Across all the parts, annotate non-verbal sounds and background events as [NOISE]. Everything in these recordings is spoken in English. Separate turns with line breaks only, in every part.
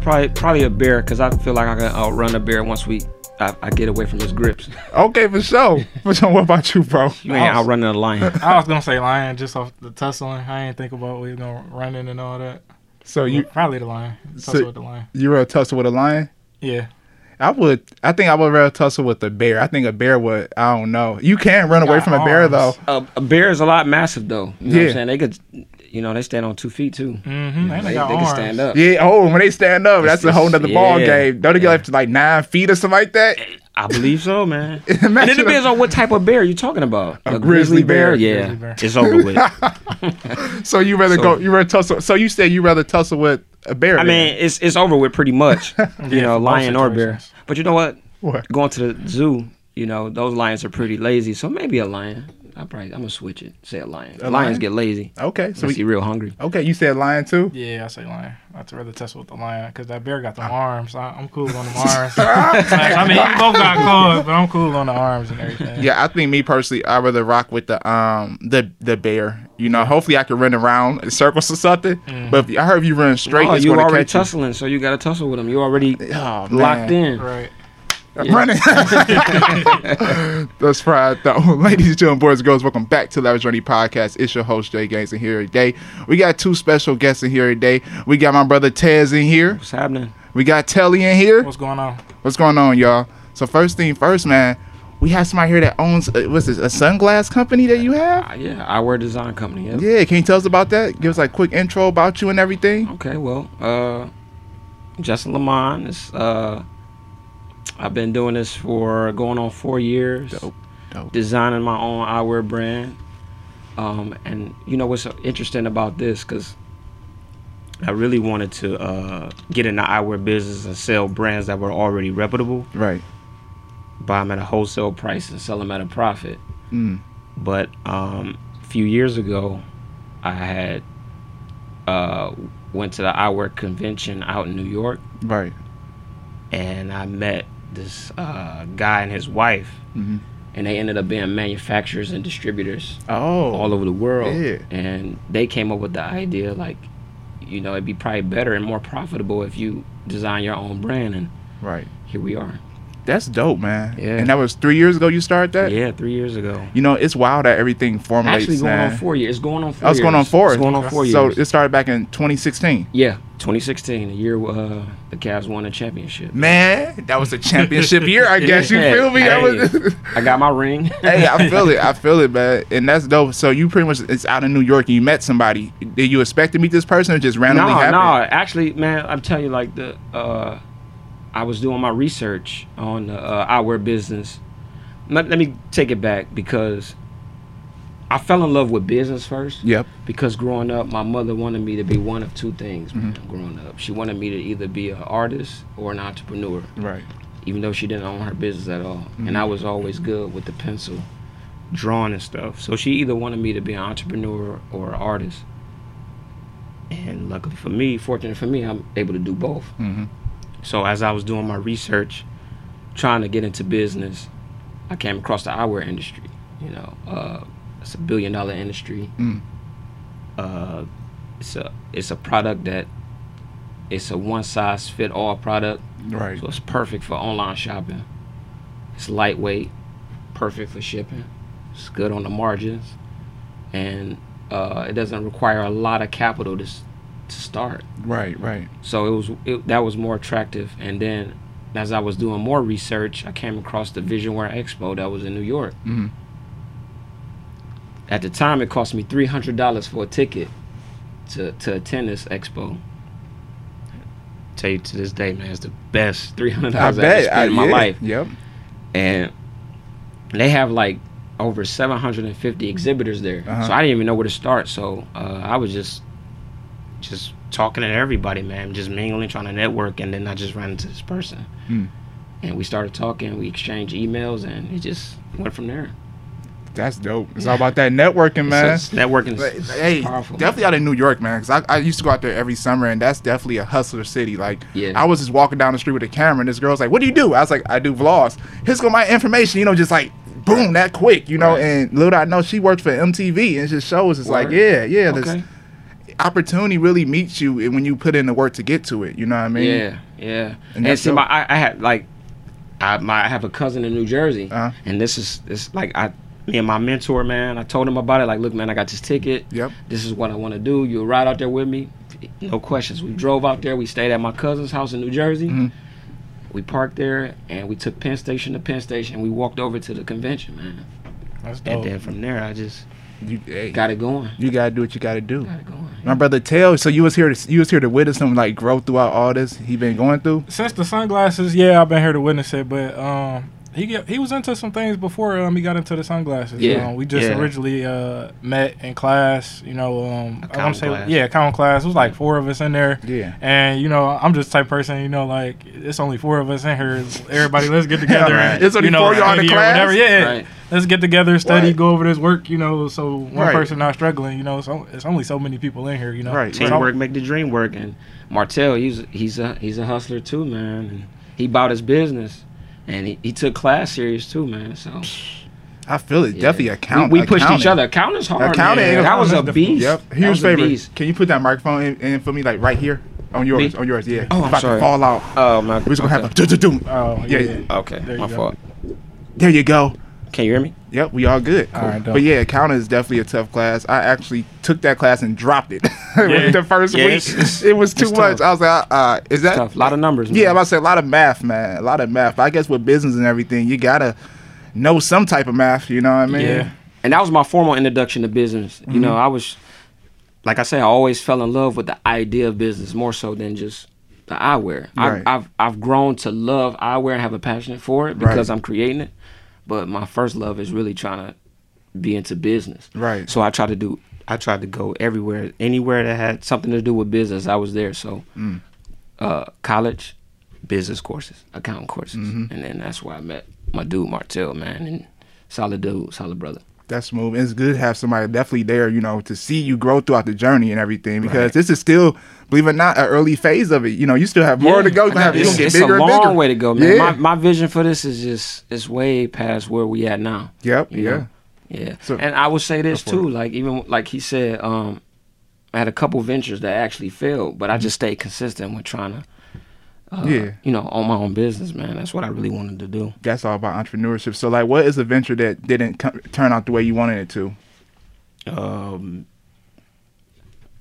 probably probably a bear because I feel like I can outrun a bear once we I, I get away from his grips. [LAUGHS]
Okay, for sure. For sure. What about you, bro?
You ain't outrunning a lion.
[LAUGHS]
I was gonna say lion just off the tussling. I ain't think about we was gonna run in and all that.
So you
probably the lion. Tussle
So-
with the lion.
you were a tussle with a lion?
Yeah.
I would. I think I would rather tussle with a bear. I think a bear would. I don't know. You can run away
Got
from a bear
arms.
though.
A, a bear is a lot massive though. You know what
Yeah.
I'm saying? They could you know, they stand on two feet too.
Mm-hmm. They,
They,
got
they
arms.
can stand up.
Yeah. Oh, when they stand up, that's a whole nother ball
yeah,
game. Don't they get up to like nine feet or something like that?
I believe so, man.
[LAUGHS] Imagine
and it depends
a-
on what type of bear you're talking about. A,
grizzly bear.
Yeah.
Grizzly bear.
It's over
[LAUGHS]
with.
So you rather
So-
go? You rather tussle? So you said you rather tussle with a bear?
I mean, it's it's over with pretty
[LAUGHS]
much. you know,
for both
lion or bear.
situations.
But you know what?
What?
Going to the zoo, you know, those lions are pretty lazy. So maybe a lion. I probably I'm gonna switch it. Say a lion. Lions
lion?
get lazy.
then? okay. So
So
we,
you real hungry.
okay, you said lion too.
Yeah, I say lion. I'd rather tussle with the lion because that bear got the arms. I, I'm
[LAUGHS]
cool on the arms. Like, I mean, you both got claws, but I'm cool on the arms and everything.
Yeah, I think me personally, I rather rock with the um the the bear. You know, hopefully I can run around in circles or something. But if, I heard if you run straight,
Oh,
it's
you
gonna
already
catch you.
tussling, so you gotta tussle with them. You already
Oh,
locked
man.
in.
Right.
[LAUGHS] running. That's right, though. Ladies and gentlemen, boys and girls, welcome back to Lavish Journey Podcast. It's your host, Jay Gaines, in here today. We got two special guests in here today. We got my brother Tez in here.
What's happening?
We got Telly in here.
What's going on?
What's going on, y'all? So, first thing first, man, we have somebody here that owns, uh, what's this, a sunglass company that you have?
Uh, yeah, eyewear design company. Yeah.
Yeah, can you tell us about that? Give us like quick intro about you and everything.
Okay, well, uh, Justin Lamont is. Uh, I've been doing this for going on four years.
Dope, dope.
Designing my own eyewear brand, um, and you know what's interesting about this because I really wanted to uh, get in the eyewear business and sell brands that were already reputable,
Right.
buy them at a wholesale price and sell them at a profit.
Mm.
But um, a few years ago, I had uh, went to the eyewear convention out in New York,
Right.
and I met this uh, guy and his wife,
Mhm.
and they ended up being manufacturers and distributors
Oh.
all over the world.
yeah.
And they came up with the idea like, you know, it'd be probably better and more profitable if you design your own brand. And
Right.
here we are.
That's dope, man.
Yeah.
And that was three years ago you started that?
Yeah, three years ago.
You know, it's wild that everything formulates.
Actually, going
man.
on four years. It's going on four
Oh, it's going on
years.
four.
It's going on four years.
So it started back in 2016.
Yeah, 2016, the year uh, the Cavs won the championship.
Man, that was a championship year, I guess. You
Yeah,
feel me? That
hey,
was.
I got my
[LAUGHS]
ring. [LAUGHS]
hey, I feel it. I feel it, man. And that's dope. So you pretty much it's out in New York and you met somebody. Did you expect to meet this person or just randomly
no, no,
happened?
actually, man, I'm telling you, like the uh, I was doing my research on the uh, eyewear business. Let, let me take it back because I fell in love with business first.
Yep.
Because growing up, my mother wanted me to be one of two things.
Mm-hmm.
Man, growing up, she wanted me to either be an artist or an entrepreneur.
Right.
even though she didn't own her business at all. And I was always good with the pencil, drawing and stuff. So she either wanted me to be an entrepreneur or an artist. And luckily for me, fortunate for me, I'm able to do both.
Mhm.
So as I was doing my research, trying to get into business, I came across the eyewear industry. You know, uh, it's a billion dollar industry.
Mm.
Uh, it's a it's a product that it's a one size fit all product.
Right.
So it's perfect for online shopping. It's lightweight, perfect for shipping. It's good on the margins, and uh, it doesn't require a lot of capital to, s- to start.
Right. Right.
So it was it, that was more attractive. And then, as I was doing more research, I came across the Visionware Expo that was in New York.
Mhm.
At the time, it cost me three hundred dollars for a ticket to to attend this expo. Tell you to this day, man, it's the best three hundred
I
dollars I've ever
bet.
spent
I,
in my
yeah.
life.
Yep.
And they have like over seven hundred and fifty exhibitors there.
Uh-huh.
So I didn't even know where to start. So uh, I was just just talking to everybody, man, just mingling, trying to network, and then I just ran into this person.
Mm.
And we started talking, we exchanged emails, and it just went from there.
That's dope. It's all about that networking, man.
So it's- networking
But,
is
hey,
powerful.
definitely out in New York, man. Cause I, I used to go out there every summer, and that's definitely a hustler city. Like,
Yeah.
I was just walking down the street with a camera, and this girl's like, "What do you do?" I was like, "I do vlogs." Here's go my information, you know, just like boom, that quick, you know.
Right.
And little did I know, she worked for MTV, and just shows. It's like,
Word.
yeah, yeah.
Okay.
This, opportunity really meets you and when you put in the work to get to it. You know what I mean?
Yeah, yeah.
And
And,
that's
see,
dope.
my, I, I had like, I, my, I have a cousin in New Jersey,
Uh-huh.
and this is this like I, me and my mentor, man. I told him about it. Like, look, man, I got this ticket.
Yep.
This is what I want to do. You'll ride out there with me. No questions. We drove out there. We stayed at my cousin's house in New Jersey.
Mhm.
We parked there and we took Penn Station to Penn Station. We walked over to the convention, man.
That's
And
dope.
then from there, I just
You, Oh. hey,
got it going.
you gotta do what you gotta do.
Got it going.
My brother Tail, so you was here to you was here to witness him like grow throughout all this he been going through.
Since the sunglasses, yeah, I've been here to witness it, but um, he get, he was into some things before um he got into the sunglasses.
Yeah,
Um, we just
yeah.
originally uh met in class. You know, um, I
common
want to say
class.
yeah, common class. It was like four of us in there.
Yeah.
And you know, I'm just the type of person. You know, like it's only four of us in here. Everybody,
[LAUGHS]
let's get together.
Right.
and,
It's only
you know,
four y'all in the
study or
class?
Whatever. Yeah,
Right.
let's get together, study,
Right.
go over this work. You know, so one
Right.
person not struggling. You know, so it's only so many people in here. You know,
Right.
It's all-
Teamwork make the dream work. And Martell, he's he's a he's a hustler too, man. And he bought his business, and he, he took class serious too, man. So
I feel it.
yeah.
Definitely account.
We, we pushed each
accounting.
other. Accounting's hard.
Accounting
man.
ain't
that was a
hard. That's
beast.
Yep.
That
Huge
was a
favor.
beast.
Can you put that microphone in, in for me like right here on yours?
Me?
On yours, yeah.
Oh, I'm
About to
sorry.
fall out.
Oh my.
We're just gonna have a do do do.
Oh
Yeah, Uh,
yeah.
yeah.
Okay,
There you
my
go.
fault.
There you go.
Can you hear me?
Yep, we all good.
All right, dope.
but yeah, accounting is definitely a tough class. I actually took that class and dropped it [LAUGHS]
Yeah.
the first
Yeah,
week.
it's- it's-
it was too
it's
much.
tough.
I was like, uh, uh, is that
Tough. A lot of numbers.
Yeah, I'm
man.
about to say a lot of math, man. A lot of math. But I guess with business and everything, you gotta know some type of math. You know what I mean?
Yeah.
and that was my formal introduction to business. You
Mm-hmm.
know, I was, like I say, I always fell in love with the idea of business more so than just the eyewear.
Right.
I, I've I've grown to love eyewear and have a passion for it because
Right.
I'm creating it. But my first love is really trying to be into business.
Right.
So I tried to do. I tried to go everywhere, anywhere that had something to do with business. I was there. So,
Mm.
uh, college, business courses, accounting courses,
Mm-hmm.
and then that's where I met my dude Martell, man, and solid dude, solid brother.
That's smooth. It's good to have somebody definitely there, you know, to see you grow throughout the journey and everything because this is still, believe it or not, an early phase of it. You know, you still have more to
Yeah,
go.
I
You
got-
have, you
It's,
gonna get
it's
bigger
a
and
long
bigger.
way to go, man.
Yeah.
My, my vision for this is just it's way past where we at now.
Yep.
you
Yeah.
know? yeah.
So-
and I would say this
Go for
too, like even like he said, um, I had a couple ventures that actually failed, but I just stayed consistent with trying to, uh,
Mm-hmm. Yeah.
you know, own my own business, man. That's what I really wanted to do.
That's all about entrepreneurship. So, like, what is a venture that didn't co- turn out the way you wanted it to?
Um,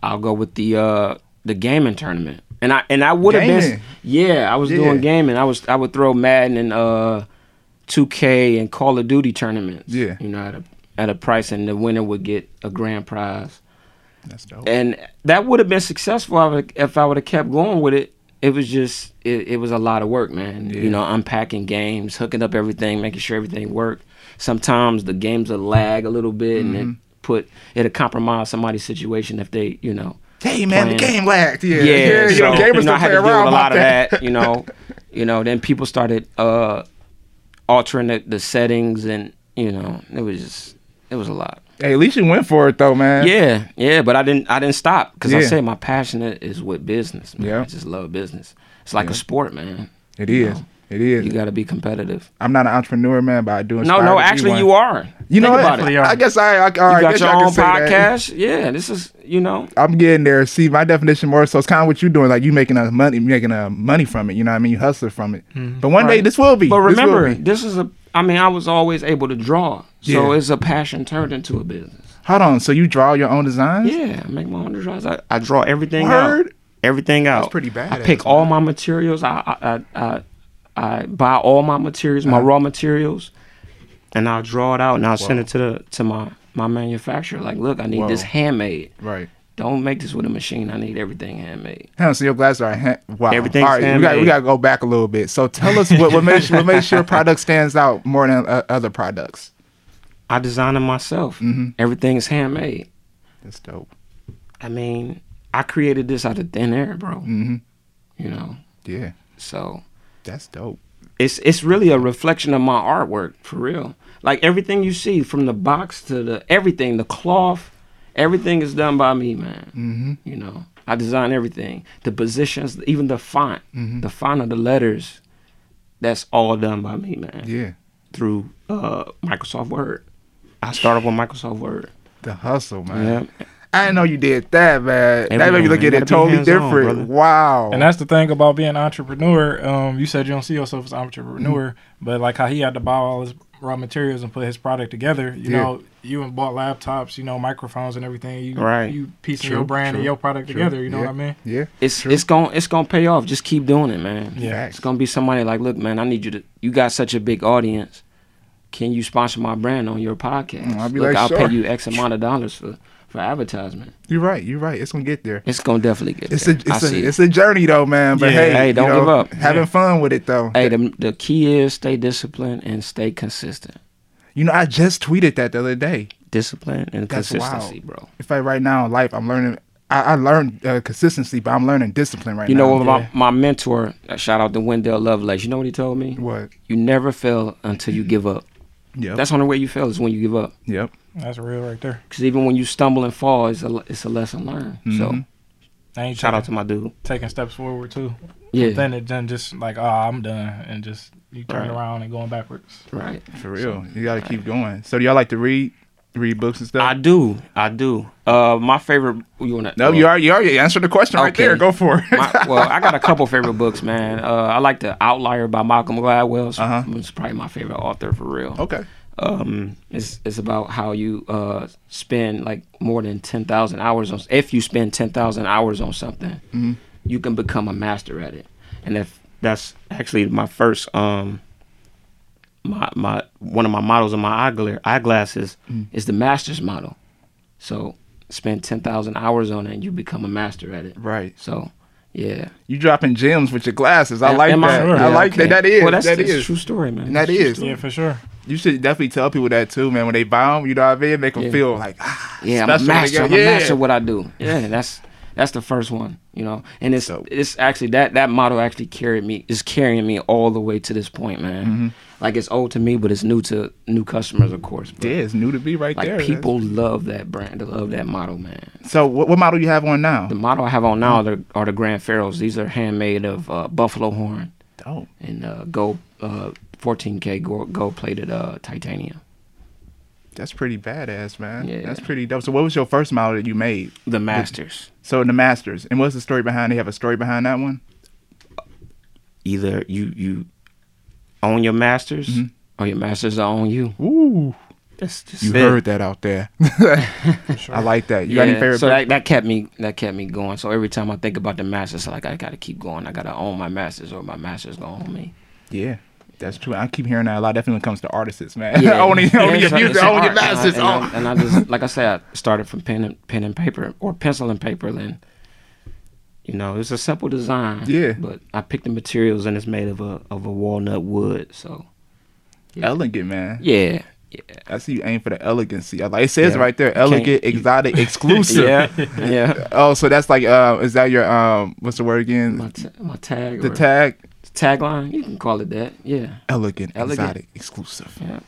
I'll go with the uh the gaming tournament, and I and I would have
Gaming?
been yeah, I was
Yeah.
doing gaming. I was I would throw Madden and uh, 2K and Call of Duty tournaments.
Yeah.
you know at a at a price, and the winner would get a grand prize,
That's dope.
and that would have been successful if I would- if I would have kept going with it. It was just it, it was a lot of work, man.
Yeah.
You know, unpacking games, hooking up everything, making sure everything worked. Sometimes the games will lag a little bit, and
Mm-hmm.
it put it'll compromise somebody's situation if they, you know,
Hey, man, the
playing.
game lagged. Yeah.
yeah,
you know,
so,
gamers
you know, I had
don't play
to deal with
around
a lot
about
of that. You
[LAUGHS]
know, you know, then people started uh altering the, the settings, and you know, it was just it was a lot.
Hey, at least you went for it though, man.
Yeah, yeah, but I didn't I didn't stop because I
Yeah.
say my passion i- is with business. Man.
Yeah.
I just love business. It's like a sport, man.
It
You
is.
know,
It is.
You got to be competitive.
I'm not an entrepreneur, man, but I do.
No,
aspire to
no,
be
actually,
one.
you are.
You know
Think
what?
about it.
Definitely
I guess I. I all right,
You
I
got
guess
your
I can
own
say that.
podcast. Yeah, this is you know.
I'm getting there. See, my definition more so it's kind of what you're doing. Like you making a money, you making a money from it. You know what I mean? You hustler from it. but one day
Right.
this will be.
But
This will
remember,
be.
this is a. I mean, I was always able to draw, so
Yeah.
it's a passion turned into a business.
hold on. So you draw your own designs?
Yeah, I make my own designs. I, I draw everything out.
Word?
Everything out.
pretty
I
badass,
pick all my materials. I I I, I, I buy all my materials,
Uh-huh.
my raw materials, and I'll draw it out and I'll send it to the to my my manufacturer. Like, look, I need this
Whoa.
handmade.
Right.
Don't make this with a machine. I need everything handmade.
Hell, so your glasses are hand- wow.
Everything's
All right, we got we
handmade.
got to go back a little bit. So tell us what what makes what makes your product stands out more than uh, other products.
I design it myself.
Mm-hmm.
Everything is handmade.
That's dope.
I mean, I created this out of thin air, bro.
Mhm.
You know,
Yeah,
so
that's dope.
it's it's really a reflection of my artwork for real. Like everything you see from the box to the everything, the cloth, everything is done by me, man.
Mhm.
You know, I design everything, the positions, even the font, the font of the letters. That's all done by me, man.
Yeah,
Through uh, Microsoft Word, I started with Microsoft Word.
the hustle, man.
Yeah,
I didn't know you did that, man.
Everything,
that made me
man.
look at
You
it
gotta be
totally
hands-on,
different.
brother.
wow.
Oh.
And that's the thing about being an entrepreneur. Um, you said you don't see yourself as an entrepreneur,
Mm-hmm.
but like how he had to buy all his raw materials and put his product together. You
Yeah.
know, you and bought laptops, you know, microphones and everything. You,
Right.
You piecing
True,
your brand
true,
and your product
true.
together. You know
Yeah.
what I mean?
yeah.
It's it's going it's going to pay off. Just keep doing it, man.
Yeah.
It's going to be somebody like, "Look, man, I need you to you got such a big audience. Can you sponsor my brand on your podcast?"
Mm, I'll be
Look,
like,
I'll
"Sure."
pay you X amount of dollars for for advertisement.
You're right. You're right. It's gonna get there.
It's going to definitely get
It's a
there. I
it's a
see it.
it's a journey though, man. But
Yeah.
hey,
Hey,
you
don't
know,
give up.
Having fun with it though.
Hey, the, the key is stay disciplined and stay consistent.
You know, I just tweeted that the other day.
Discipline and
That's
consistency, bro.
If I right now in life, I'm learning. I, I learned uh, consistency, but I'm learning discipline right
You
now.
know what my, my mentor, uh, shout out to Wendell Lovelace, you know what he told me?
What?
You never fail until you give up.
Yep.
That's the only way you fail is when you give up.
yep.
That's real right there.
Because even when you stumble and fall, it's a, it's a lesson learned. So
Mhm.
And you
shout out to
taking-
my dude.
taking steps forward too.
Yeah,
Then it then just like, oh, I'm done, and just you turn
Right.
around and going backwards.
right.
For real. you gotta keep going. So do y'all like to read read books and stuff?
I do, I do. Uh, my favorite. You want to?
no, you are you already answered the question right
Okay.
there. Go for it.
My, well, I got a couple favorite books, man. Uh, I like The Outlier by Malcolm Gladwell. It's,
Uh-huh.
it's probably my favorite author for real.
[LAUGHS] okay.
um, it's it's about how you uh, spend like more than ten thousand hours on. If you spend ten thousand hours on something, you can become a master at it. And if that's actually my first um, my my one of my models in my eyeglass eyeglasses is the master's model. So spend ten thousand hours on it, and you become a master at it.
Right.
So yeah,
You dropping gems with your glasses. I
Am-
like
am
that.
Sure.
I
Yeah,
like
okay.
that. That is.
well, that's,
that
that's
is.
a true story, man.
That
That's a true
is.
story.
Yeah, for sure.
You should definitely tell people that too, man. When they buy them, you know what I mean. Make them
Yeah.
feel like, ah,
Yeah, I'm a
special when they
master.
go-
I'm a
yeah.
master at what I do. Yeah, that's that's the first one, you know. And it's
Dope.
it's actually that that motto actually carried me is carrying me all the way to this point, man. Like it's old to me, but it's new to new customers, of course. But
Yeah, it's new to be right
like
there. That's-
people love that brand, they love that motto, man.
So what, what model you have on now?
The motto I have on now are the, are the Grand Pharaohs. These are handmade of uh, buffalo horn
Oh,
and uh, gold uh, 14K gold, gold plated uh, titanium.
that's pretty badass, man.
Yeah.
That's pretty dope. So what was your first model that you made?
The masters.
So the masters, and what's the story behind? They have a story behind that one.
Either you you own your masters, or your masters are on you.
Ooh,
That's just
Mm-hmm. you
it.
heard that
[LAUGHS]
out there. I like that. You got any
Yeah,
favorite?
So
books?
that, that kept me that kept me going. So every time I think about the masters, like I gotta keep going. I gotta own my masters or my masters gonna own
[LAUGHS]
me.
yeah. That's true. I keep hearing that a lot, definitely when it comes to artists, man. [LAUGHS]
Yeah.
only,
Yeah,
only
it's a-
your music,
it's an
only your
art, and I-
masters.
And I,
oh.
and I just like I said, I started from pen and pen and paper or pencil and paper then. You know, it's a simple design.
Yeah.
But I picked the materials and it's made of a of a walnut wood. So
Elegant, man. [LAUGHS]
yeah. Yeah.
I see you aim for the elegancy. I like it says
Yeah.
right there,
[LAUGHS]
elegant, exotic, exclusive.
Yeah. yeah.
Oh, so that's like uh is that your um what's the word
My,
again?
ta- my tag
The
or
tag?
tagline, you can call it that. Yeah.
Elegant,
Elegant.
exotic, exclusive.
Yeah.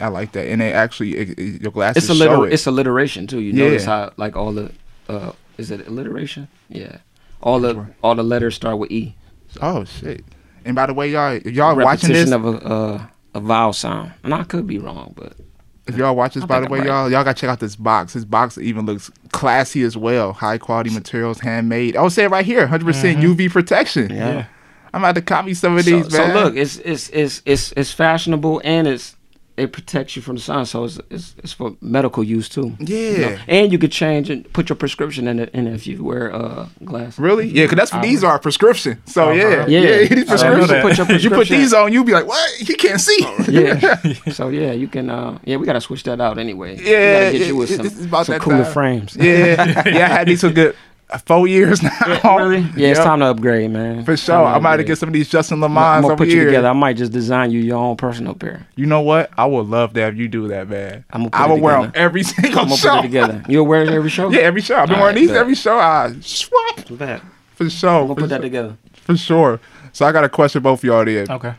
I like that. And they actually it, it- your glasses
it's
it's a little, show
alliter-
it.
it's alliteration too. You
Yeah.
notice how like all the uh is it alliteration? Yeah. All the all the letters start with E.
oh shit. And by the way, y'all if y'all watching
Repetition
this
of a uh, a vowel sound. And I could be wrong, but
if y'all watch this
I
by the
think
way,
I'm right.
y'all y'all gotta check out this box. This box even looks classy as well. High quality materials, handmade. I'll say it right here, 100 percent UV protection.
Yeah.
I'm about to copy some of
so,
these,
so
man.
look, it's it's it's it's it's fashionable and it's it protects you from the sun, so it's it's, it's for medical use too. You know?
Yeah.
And you could change and put your prescription in it in it if you wear uh glasses.
Really? Yeah, because that's what these are prescription. So
Oh,
yeah,
right.
Yeah.
yeah, these
So you your
prescription.
can put
you put
prescription-
these on, you be like, what? He can't see. [LAUGHS]
yeah. So yeah, you can. Uh, yeah, we gotta switch that out anyway. We
Yeah,
gotta get
it-
you with
it-
some,
it's about
some
that
cooler
time.
frames.
[LAUGHS] yeah,
[LAUGHS]
yeah, I had these for good uh, four years [LAUGHS] now.
really? Yeah, it's
Yep.
time Oh, to upgrade, man.
For
It's
sure,
time
I might have
upgrade.
get some of these Justin
I'm
Lamonts
gonna
over
put you
here.
together. I might just design you your own personal pair.
You know what? I would love to have you do that, man.
I'm gonna put
I
it
would wear them
together.
every [LAUGHS] single
I'm gonna
show.
put it together. You'll wear it every show.
[LAUGHS] Yeah, every show. I've been
All
wearing
right,
these
bet.
every show. I swap
Too bad.
for sure.
I'm gonna
for,
put that
su-
together.
for sure. So I got a question both of y'all there.
Okay,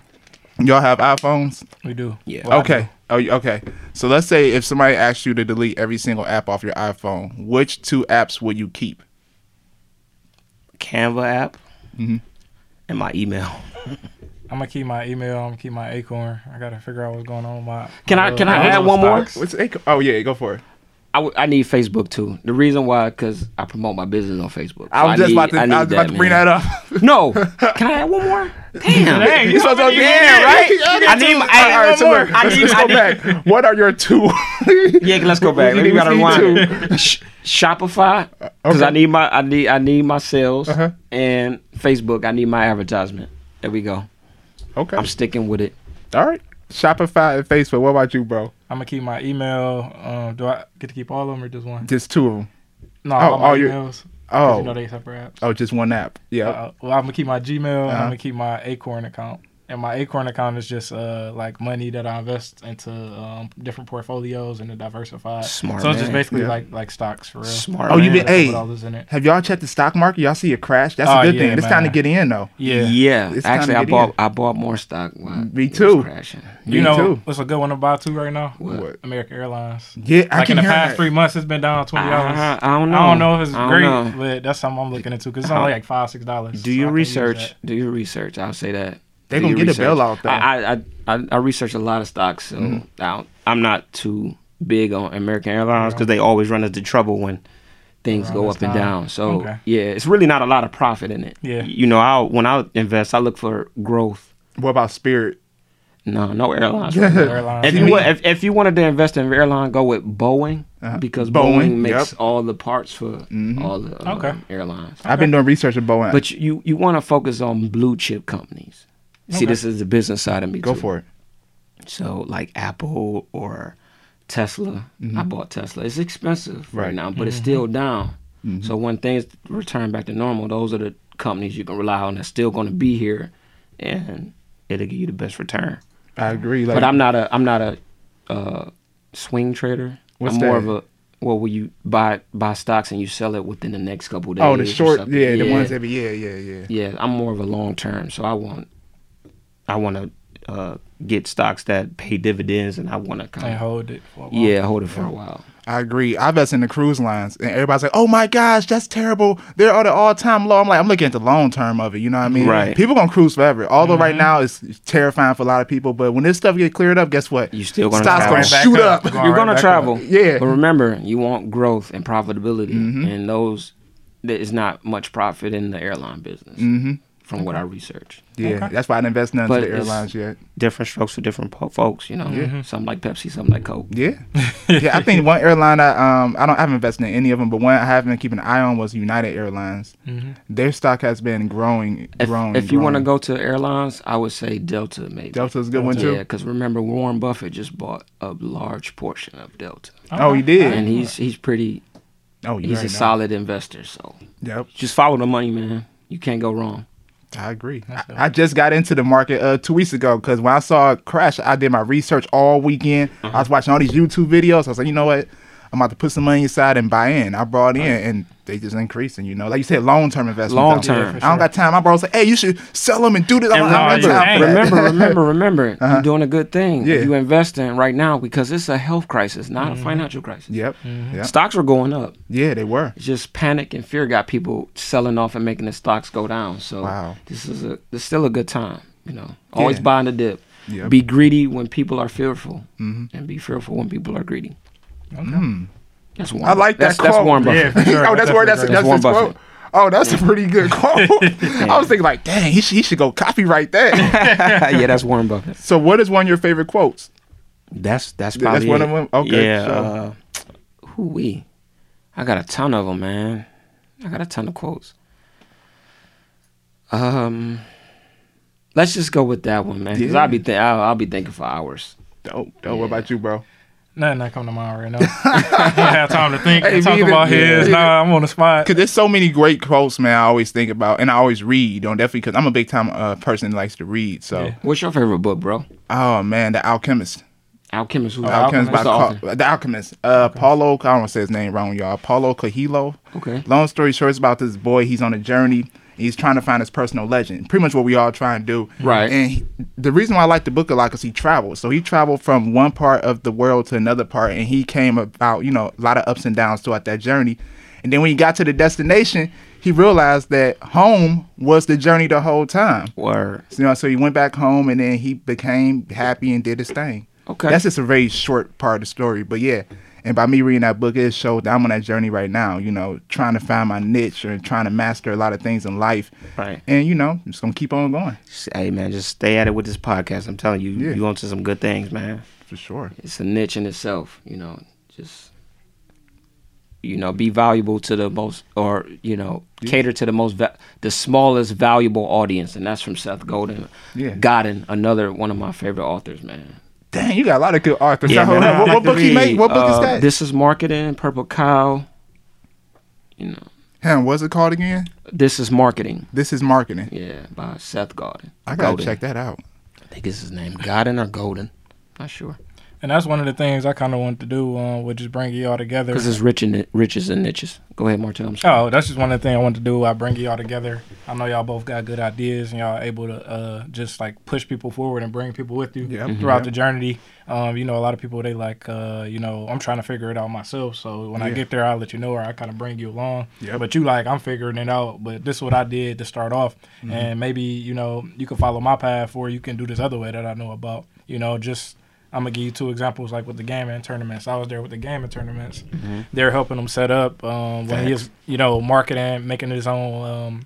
Y'all have iPhones?
we do.
Yeah.
Well, I do.
okay. Oh, you- okay. So let's say if somebody asks you to delete every single app off your iPhone, which two apps would you keep?
Canva app
Mm-hmm.
and my email.
I'm gonna keep my email. I'm gonna keep my Acorn. I gotta figure out what's going on. With my
Can I-
my
can
little-
I
my
add
little
one more?
stocks.
What's Acorn? Oh yeah, go for it.
I, w- I need Facebook too. The reason why, because I promote my business on Facebook.
I was
So
just about
need-
to,
need
I was about to bring
man.
that
[LAUGHS]
up. [LAUGHS]
No, can I add one more? Damn. [LAUGHS]
Dang, you
supposed to
already
be
did
in,
it.
right?
I need. my-
All right,
I,
so look,
I
let's,
need.
let's
I
go
need-
back. What are your two?
[LAUGHS] Yeah, let's go back.
We
We gotta
need
rewind.
two.
it. Sh- Shopify, because
okay. Uh-huh.
I need my I need I need my sales and Facebook. I need my advertisement. There we go.
[LAUGHS] okay.
I'm sticking with it.
All right. Shopify and Facebook. What about you, bro?
I'm gonna keep my email. Um, do I get to keep all of them or just one?
Just two of them.
No,
Oh,
all my
all your-
emails. 'cause you know
Oh,
they separate apps.
oh, just one app. Yeah.
Uh, well, I'm gonna keep my Gmail. and
Uh-huh.
I'm gonna keep my Acorn account, and my Acorn account is just uh like money that I invest into um, different portfolios and to diversify.
Smart
So it's just
man.
basically
Yeah.
like like stocks for real.
Smart.
Oh, you
man.
been- Hey.
Put all this in it.
Have y'all checked the stock market? Y'all see a crash? That's
Oh,
a good
yeah,
thing. It's time to
man.
get in though.
Yeah.
Yeah.
It's time
Actually,
to
I
get
bought
in.
I bought more stock. while
Me
it was
too.
Crashing.
You
Me
know
too.
what's a good one about too right now?
What?
What?
American Airlines.
Yeah, I
like
can
in the
hear
past
that.
three months, it's been down twenty dollars.
I, Uh-huh, I don't know.
I don't know if it's
I don't
great,
know.
but that's something I'm looking into because it's
How-
only like five, six dollars.
Do your research. Do your research. I'll say that.
They
Do
gonna
your
get a bailout, though. Mm.
I I, I- I I research a lot of stocks, so I don't- I'm not too big on American Airlines because they always run into trouble when things
Around
go
this
up and
time.
down. So
Okay.
yeah, it's really not a lot of profit in it.
Yeah.
You know, I when I invest, I look for growth.
What about Spirit?
No, no airlines.
[LAUGHS]
Airlines.
If you, wa- if, if you wanted to invest in an airline, go with Boeing
Uh-huh.
because
Boeing,
Boeing, makes
yep. Mm-hmm.
all the parts for all the um,
Okay.
airlines.
I've been doing research with Boeing.
But you you want to focus on blue chip companies. See,
Okay.
this is the business side of me.
go
too.
for it.
So like Apple or Tesla. I bought Tesla. It's expensive right,
Mm-hmm. Right. Mm-hmm.
now, but it's still down. So when things return back to normal, those are the companies you can rely on that's still going to be here, and it'll give you the best return.
I agree. Like,
But I'm not a I'm not a uh, swing trader.
What's
I'm more
that?
of a well, where you buy buy stocks and you sell it within the next couple days.
oh, the
or
short.
something.
Yeah, the ones that be. Yeah, yeah, yeah.
Yeah, I'm more of a long term, so I want I want to uh, get stocks that pay dividends, and I want to
and
kind of
hold it. For a while.
yeah hold it for a while.
I agree. I invest in the cruise lines, and everybody's like, "Oh my gosh, that's terrible! They're at an all-time low." I'm like, I'm looking at the long term of it. You know what I mean?
Right. Mm-hmm.
People gonna cruise forever. Although right now it's terrifying for a lot of people, but when this stuff get cleared up, guess what?
You still gonna
stocks
travel.
gonna
Right
back
shoot
up.
up.
Go-
You're
right
gonna
back
travel,
up. Yeah.
But remember, you want growth and profitability,
Mm-hmm.
and those there's not much profit in the airline business, mm-hmm. from what I researched.
Yeah,
Okay.
that's why I didn't invest nothing
But
into the
it's- [LAUGHS]
airlines yet.
Different strokes for different po- folks, you know. Some like Pepsi, some like Coke.
Yeah, yeah. I think one airline I um I don't I haven't invested in any of them, but one I have been keeping an eye on was United Airlines.
Mm-hmm.
Their stock has been growing,
If,
growing.
if you want to
growing.
go to airlines, I would say Delta maybe.
Delta's a good one too.
Yeah, because remember Warren Buffett just bought a large portion of Delta,
Oh, he did.
and he's he's pretty
Oh, you
he's a
already know.
solid investor. So
Yep.
just follow the money, man. You can't go wrong.
I agree. I,
That's dope.
I just got into the market uh, two weeks ago because when I saw it crash, I did my research all weekend.
Uh-huh.
I was watching all these YouTube videos. I was like, you know what? I'm about to put some money aside and buy in. I brought in, and they just increasing. You know, like you said, long term investment.
Long term.
I don't got time. My bro was like, hey, you should sell them and do this. I don't
And
have
remember-
time for that. [LAUGHS]
remember, remember, remember, you're doing a good thing.
Uh-huh. Yeah.
You investing right now because it's a health crisis, not
Mm-hmm.
a financial crisis.
Yep. Yep.
Stocks were going up.
Yeah, they were.
It's just panic and fear got people selling off and making the stocks go down. So
Wow.
this is a this still a good time. You know, always
Yeah.
buying the dip.
Yep.
Be greedy when people are fearful,
Mm-hmm.
and be fearful when people are greedy.
Okay.
That's one.
Hmm. I like that
that's, that's
quote.
Warren Buffett.
Yeah, for sure.
[LAUGHS]
oh, that's where that's
definitely
that's,
Warren
his quote.
Buffett.
Oh, that's a pretty
[LAUGHS]
good quote. I was thinking like, dang, he should, he should go copyright that.
[LAUGHS] yeah, that's Warren Buffett.
so, what is one of your favorite quotes?
That's that's
Th- that's
probably
one
it.
of 'em? Okay,
Yeah.
so-
Uh, who we? I got a ton of them, man. I got a ton of quotes. Um, let's just go with that one, man. Because I'll be think I'll, I'll be thinking for hours.
Dope, dope. Oh, What
Yeah.
about you, bro?
Nothing that come to mind
[LAUGHS]
right now. I don't have time to think
Hey,
and talk
me either.
about his.
Yeah.
Nah, I'm on the spot.
Cause there's so many great quotes, man. I always think about, and I always read on definitely. Cause I'm a big time uh, person that likes to read. So,
Yeah.
What's your favorite book, bro?
oh man, The Alchemist.
Alchemist. Who's
Alchemist, by
Who's the author?
Ca- The Alchemist. Uh, Paulo. I don't want to say his name wrong, y'all. Paulo Coelho.
Okay.
Long story short, it's about this boy. He's on a journey. and He's trying to find his personal legend. Pretty much what we all try and do.
Right.
And he, the reason why I like the book a lot because he traveled. So he traveled from one part of the world to another part, and he came about you know a lot of ups and downs throughout that journey. And then when he got to the destination, he realized that home was the journey the whole time.
Word.
So, you know, so he went back home and then he became happy and did his thing.
Okay.
That's just a very short part of the story. But yeah, And by me reading that book, it showed that I'm on that journey right now, you know, trying to find my niche or trying to master a lot of things in life.
Right.
And, you know, I'm just going to keep on going.
Hey man, just stay at it with this podcast. I'm telling you,
Yeah.
you onto some good things, man.
For sure.
It's a niche in itself, you know. Just you know, be valuable to the most, or you know, cater to the most, va- the smallest valuable audience, and that's from Seth Godin.
Yeah.
Godin, another one of my favorite authors, man.
Dang, you got a lot of good authors.
Yeah,
Hold
man,
on.
I-
what,
I
what
could
book he
read,
made? What book is
uh,
that?
This is marketing, Purple Cow. You know,
Him, what's it called again?
this is marketing.
This is marketing.
Yeah, by Seth Godin.
I gotta
Godin.
check that out.
I think it's his name, Godin or Golden. Not sure.
And that's one of the things I kind of wanted to do, um, which is bring you all together.
Because it's rich in riches and niches. Go ahead, Martel. I'm sorry.
Oh, that's just one of the things I want to do. I bring y'all together. I know y'all both got good ideas, and y'all able to uh, just like push people forward and bring people with you
Yep.
throughout
Mhm.
the journey. Um, you know, a lot of people they like, uh, you know, I'm trying to figure it out myself. So when I
Yeah.
get there, I'll let you know, or I kind of bring you along.
Yep.
But you like, I'm figuring it out. But this is what I did to start off, and maybe you know you can follow my path, or you can do this other way that I know about. You know, just. I'm gonna give you two examples, like with the gaming tournaments. I was there with the gaming tournaments. They're helping them set up um, when he's, you know, marketing, making his own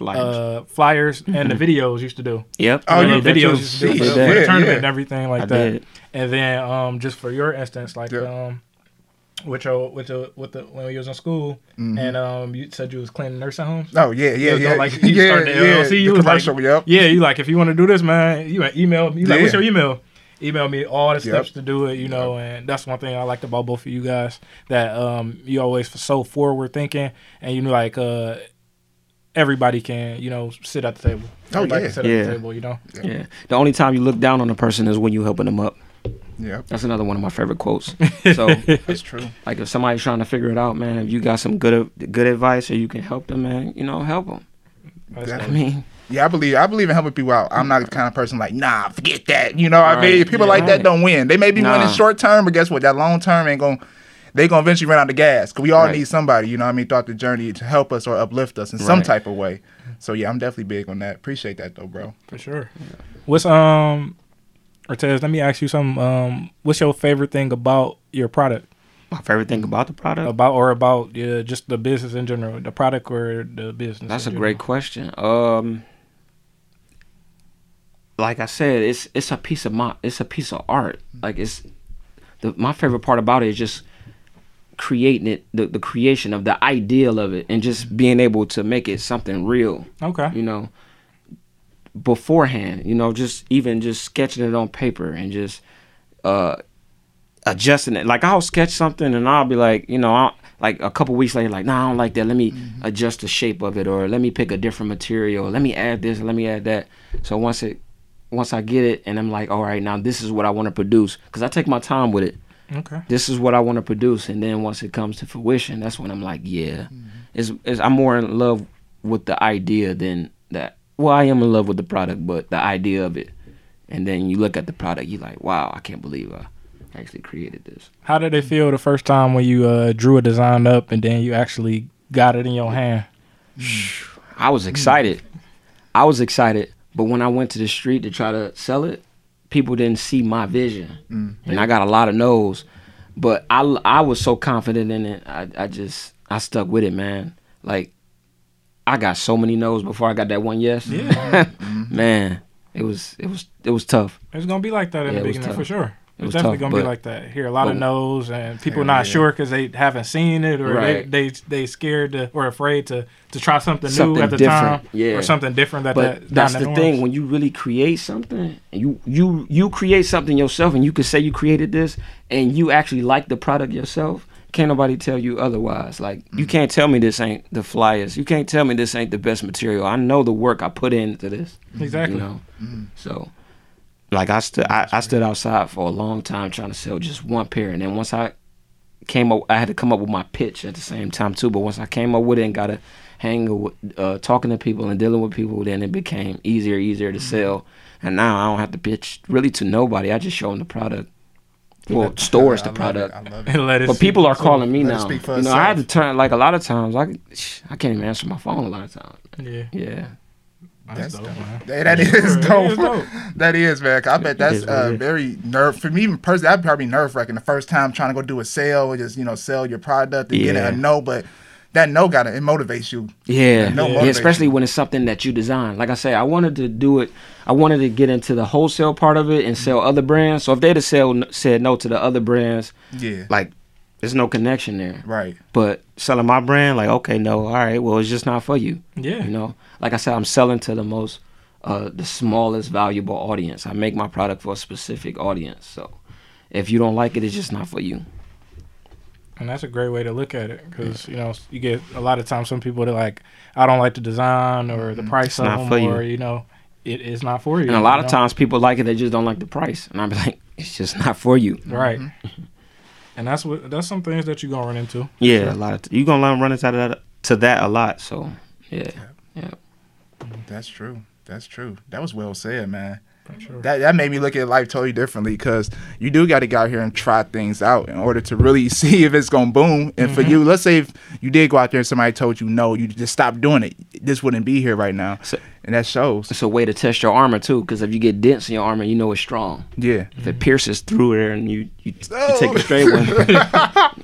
um, uh, flyers and the videos used to do.
yep.
Oh,
When
you
the
did
videos
too.
used to do
Jeez.
for the
Yeah,
for the tournament
yeah.
and everything like
I
that.
did.
And then um, just for your instance, like
Yeah.
um, with your with the with the when you was in school
Mm-hmm.
and um, you said you was cleaning nursing homes.
Mm. Oh yeah, yeah,
You know,
yeah,
like, [LAUGHS] you
yeah,
start the
yeah.
LLC, you
the
was like-
commercial, yep.
Yeah, you like if you want to do this, man, you an email me. Like, what's
Yeah.
your email? Email me all the
Yep.
steps to do it, you know, and that's one thing I liked about both of you guys that um you always so forward thinking and you know like uh everybody can, you know, sit at the table.
Oh,
Everybody
yeah.
can sit at
Yeah.
the table, you know.
Yeah. The only time you look down on a person is when you helping them up.
Yep.
That's another one of my favorite quotes. So,
That's true.
like, if somebody's trying to figure it out, man, if you got some good good advice or you can help them, man, you know, help them.
That's
Definitely.
I mean,
Yeah, I believe I believe in helping people out. I'm not the kind of person like, nah, forget that. You know, what I
Right.
mean, people
Yeah.
like that don't win. They may be
Nah.
winning short term, but guess what? That long term ain't going. to They gonna eventually run out of gas. Cause we all
Right.
need somebody. You know, what I mean, throughout the journey to help us or uplift us in some
Right.
type of way. So yeah, I'm definitely big on that. Appreciate that though, bro.
For sure. What's um Ortez, let me ask you something. Um what's your favorite thing about your product?
my favorite thing about the product.
About or about uh, just the business in general, the product or the business.
That's a
in
great question. Um, like I said, it's it's a piece of my it's a piece of art. Like it's the my favorite part about it is just creating it, the the creation of the ideal of it, and just being able to make it something real.
general. Okay.
You know, beforehand. You know, just even just sketching it on paper and just uh adjusting it. Like I'll sketch something and I'll be like, you know, I'll, like a couple weeks later, like, no, I don't like that. Let me adjust the shape of it, or let me pick a different material. Let me add this. Let me add that. So once it, once I get it, and I'm like, all right, now this is what I want to produce, because I take my time with it.
Okay.
This is what I want to produce, and then once it comes to fruition, that's when I'm like, yeah, it's, it's I'm more in love with the idea than that. Well, I am in love with the product, but the idea of it. And then you look at the product, you're like, wow, I can't believe I actually created this.
How did it feel the first time when you uh, drew a design up and then you actually got it in your hand?
I was excited. I was excited, but when I went to the street to try to sell it, people didn't see my vision, and I got a lot of no's. But I, I was so confident in it. I, I just I stuck with it, man. Like I got so many no's before I got that one yes. [LAUGHS] Yeah, man, it was it was it was tough.
It's gonna be like that in
Yeah,
the
it was tough.
beginning for sure.
It
It's
was
definitely
tough,
gonna be
but-
like that. Here, a lot of
but-
no's and people
Hell,
not
yeah.
sure because they haven't seen it or
Right.
they, they they scared to, or afraid to to try something, new
Something
at the
different,
time
yeah.
or something different that,
But
that
that's
not
the
in
thing.
norms.
When you really create something, and you you you create something yourself, and you can say you created this, and you actually like the product yourself. Can't nobody tell you otherwise. Like
Mm.
you can't tell me this ain't the flyers. You can't tell me this ain't the best material. I know the work I put into this.
Exactly.
You know. So, like I stood I, I stood outside for a long time trying to sell just one pair, and then once I came up, I had to come up with my pitch at the same time too. But once I came up with it and got a hang with uh, talking to people and dealing with people, then it became easier, easier
Mm-hmm.
to sell. And now I don't have to pitch really to nobody. I just show them the product. Well, stores the
I love it.
product.
I
[LAUGHS]
love it.
And let it
But
speak.
people are
So,
calling me
let it
now.
speak for
You know, I had to
itself.
turn like a lot of times. I I can't even answer my phone a lot of times.
Yeah.
Yeah,
That's, dope, man.
That- that is
It
dope.
is dope.
[LAUGHS] That is, man. 'cause I bet
is
that's
what it
uh,
is.
very nerve for me. Even personally, that'd probably nerve wracking the first time trying to go do a sale or just you know sell your product and
Yeah.
getting a no. But that no gotta it motivates you.
Yeah.
No
yeah.
motivation.
Especially when it's something that you design. Like I say, I wanted to do it. I wanted to get into the wholesale part of it and sell other brands. So if they'd have sell, said no to the other brands,
Yeah.
like there's no connection there.
Right.
But selling my brand, like okay, no, all right, well it's just not for you.
Yeah.
You know, like I said, I'm selling to the most, uh, the smallest valuable audience. I make my product for a specific audience. So if you don't like it, it's just not for you.
And that's a great way to look at it because you know you get a lot of times some people that like I don't like the design or the price of
not
them
for you.
or you know it is not for you.
And a lot of
you know?
times people like it, they just don't like the price. And I'm [LAUGHS] like, it's just not for you.
right? And that's what that's some things that you're gonna run into.
Yeah, a lot of you gonna learn run into that to that a lot. So yeah,
That's true. That's true. That was well said, man.
For sure.
That that made me look at life totally differently because you do got to go out here and try things out in order to really [LAUGHS] see if it's gonna boom. And for you, let's say if you did go out there and somebody told you no, you just stopped doing it. This wouldn't be here right now,
So-
and that shows.
it's a way to test your armor too. Because if you get dents in your armor, you know it's strong.
Yeah,
If it pierces through there and you you, you take
Oh.
a straight one,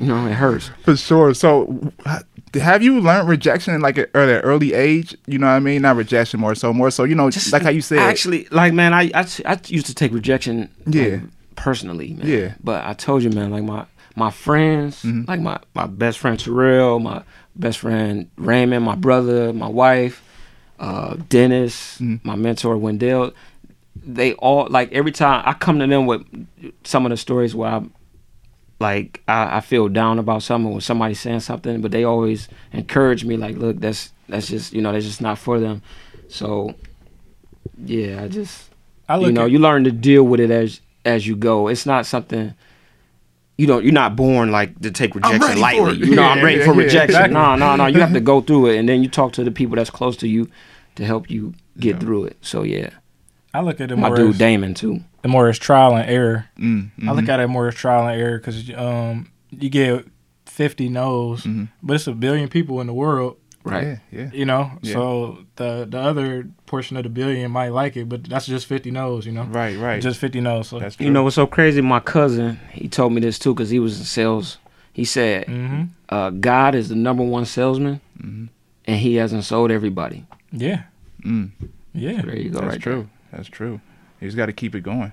you know it hurts.
for sure. So, wh- have you learned rejection in like a- at an early age? You know what I mean? Not rejection, more so, more so. You know,
Just
like how you said.
Actually, like man, I I, I used to take rejection. like,
Yeah.
personally, man.
Yeah.
But I told you, man, like my my friends, like my my best friend Terrell, my best friend Raymond, my brother, my wife, uh, Dennis, my mentor Wendell. They all like every time I come to them with some of the stories where I like I, I feel down about something when somebody's saying something, but they always encourage me like, look, that's that's just you know that's just not for them. So yeah, I just
I look
you know
at,
you learn to deal with it as as you go. It's not something you don't you're not born like to take rejection
ready for
lightly.
it.
You know, I'm
Yeah,
ready
yeah,
for
yeah,
rejection.
exactly.
No, no, no. You have
[LAUGHS]
to go through it, and then you talk to the people that's close to you to help you get through it. So yeah,
I look at it
my
more
dude
as,
Damon too.
the more as trial and error.
Mm,
I look
mhm.
at it more as trial and error because um, you get 50 no's, but it's a billion people in the world,
Right.
Yeah, Mm-hmm. yeah.
you know.
Yeah.
So the the other portion of the billion might like it, but that's just 50 no's, you know.
Right, right.
Just 50 no's. So
That's true.
You know what's so crazy? My cousin, he told me this too because he was in sales. He said,
Mm.
hmm
uh, "God is the number one salesman,
Mm-hmm.
and He hasn't sold everybody."
yeah,
Mm,
yeah.
There you go,
that's
right?
true. That's true. You just got to keep it going.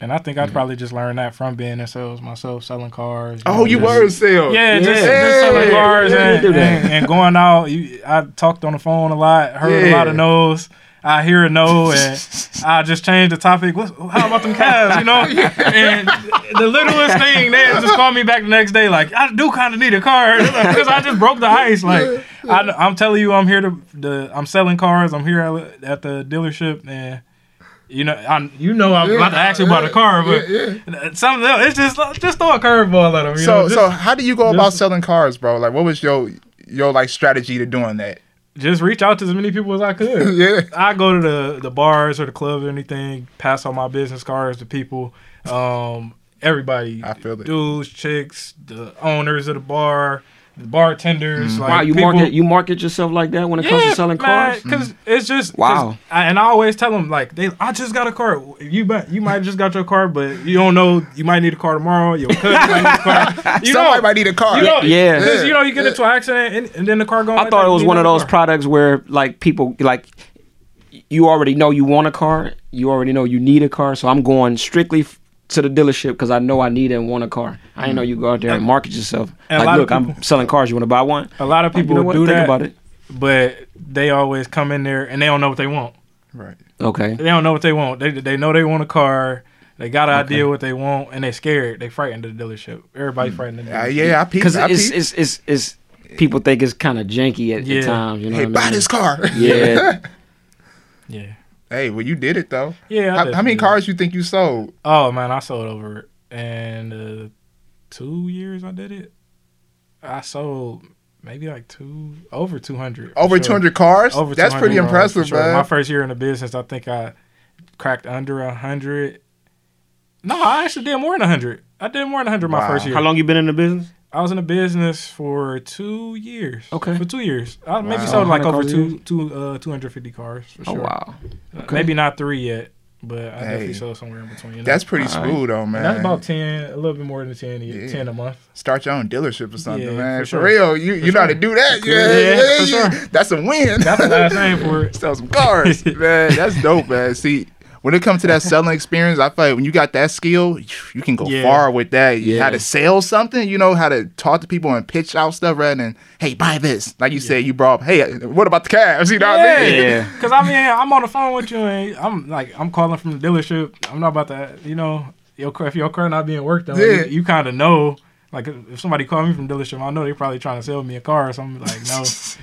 And I think
Mm-hmm.
I'd probably just learn that from being in sales myself, selling cars.
Oh,
know,
you
just-
were [LAUGHS] sale.
Yeah, Just,
Yeah.
just selling
Yeah.
cars
Yeah,
and,
you do that.
and, and going out. You, I talked on the phone a lot, heard a lot of
Yeah.
no's. I hear a no, and I just change the topic. What's, how about them calves? You know, and the littlest thing, they just call me back the next day. Like I do kind of need a car [LAUGHS] because I just broke the ice. Like I, I'm telling you, I'm here to the. I'm selling cars. I'm here at at the dealership, and you know, I you know, I'm about to ask you about a car, but something else. It's just just throw a curveball at them. You
So,
know, just,
so how do you go about
just-
selling cars, bro? Like, what was your your like strategy to doing
[LAUGHS]
that?
just reach out to as many people as
[LAUGHS]
I could.
Yeah.
I go to the the bars or the club or anything, pass on my business cards to people. Um, everybody,
I feel it.
dudes, chicks, the owners of the bar, the
Mm.
bartenders. Like
wow, you
people,
market you market yourself like that when it comes to selling cars.
because
Mm.
it's just 'cause
Wow.
I, and I always tell them like, they, I just got a car. You might, you might just got your car, but you don't know. You might need a car tomorrow. Your cousin might need a
[LAUGHS]
car.
Somebody
You know,
might need a car.
you know,
Yeah.
'cause, you know, you get into an accident and, and then the car going.
I
like
thought
that,
it was
you
one of
need another
those
car.
products where like people like you already know you want a car, you already know you need a car, so I'm going strictly f- to the dealership because I know I need and want a car. I didn't know you go out there and market yourself.
and a
like,
lot of
look, I'm
people-
selling cars. You want to buy one?
A lot of
Like, you
people
know what?
do
Think
that,
about it.
but they always come in there and they don't know what they want.
Right.
Okay.
They don't know what they want. They they know they want a car. They got an idea what they want, and they scared. They frightened of the dealership. Everybody frightened of the
Uh,
dealership.
yeah, I peeped.
Because
I
it's,
peeped.
it's it's it's people think it's kind of janky at,
Yeah.
at times. You know
hey,
what I
buy
mean?
this car.
[LAUGHS] Yeah.
yeah.
[LAUGHS] hey, well, you did it though.
Yeah, I
How, how many
definitely-
cars you think you sold?
Oh man, I sold over it. and uh, two years I did it. I sold maybe like two over two hundred.
Over 200 cars.
Over
That's
200
pretty
cars,
impressive,
for sure.
bro.
My first year in the business, I think I cracked under a hundred. No, I actually did more than a hundred. I did more than a hundred my
Wow.
first year.
How long you been in the business?
I was in the business for two years.
Okay.
For two years, I maybe
Wow.
sold like
100
over
cars a
two
year?
two uh two hundred fifty cars for
Oh
sure.
wow.
Uh,
Okay.
Maybe not three yet, but I
Hey.
definitely sold somewhere in between. you know?
That's pretty
All right.
smooth, though, man.
And that's about ten, a little bit more than ten, a year-
Yeah.
ten a month.
Start your own dealership or something,
Yeah,
man. For,
for sure.
real, you you know how to
sure.
do that? Yeah,
Yeah,
yeah,
for
yeah.
sure.
That's a win.
That's the last name
[LAUGHS]
for it.
sell some
[LAUGHS]
cars, man. That's dope, man. See, when it comes to that selling experience, I feel like when you got that skill, you can go
Yeah.
far with that. You
Yeah.
How to sell something, you know how to talk to people and pitch out stuff rather than hey, buy this. Like you said, you brought up, hey, what about the cabs? [LAUGHS] You know what I mean?
Yeah.
[LAUGHS] Cause I mean, I'm on the phone with you, and I'm like, I'm calling from the dealership. I'm not about to, you know, your car, if your car not being worked on,
Yeah.
you, you kind of know. Like if somebody called me from the dealership, I know they're probably trying to sell me a car. So I'm like,
[LAUGHS]
no,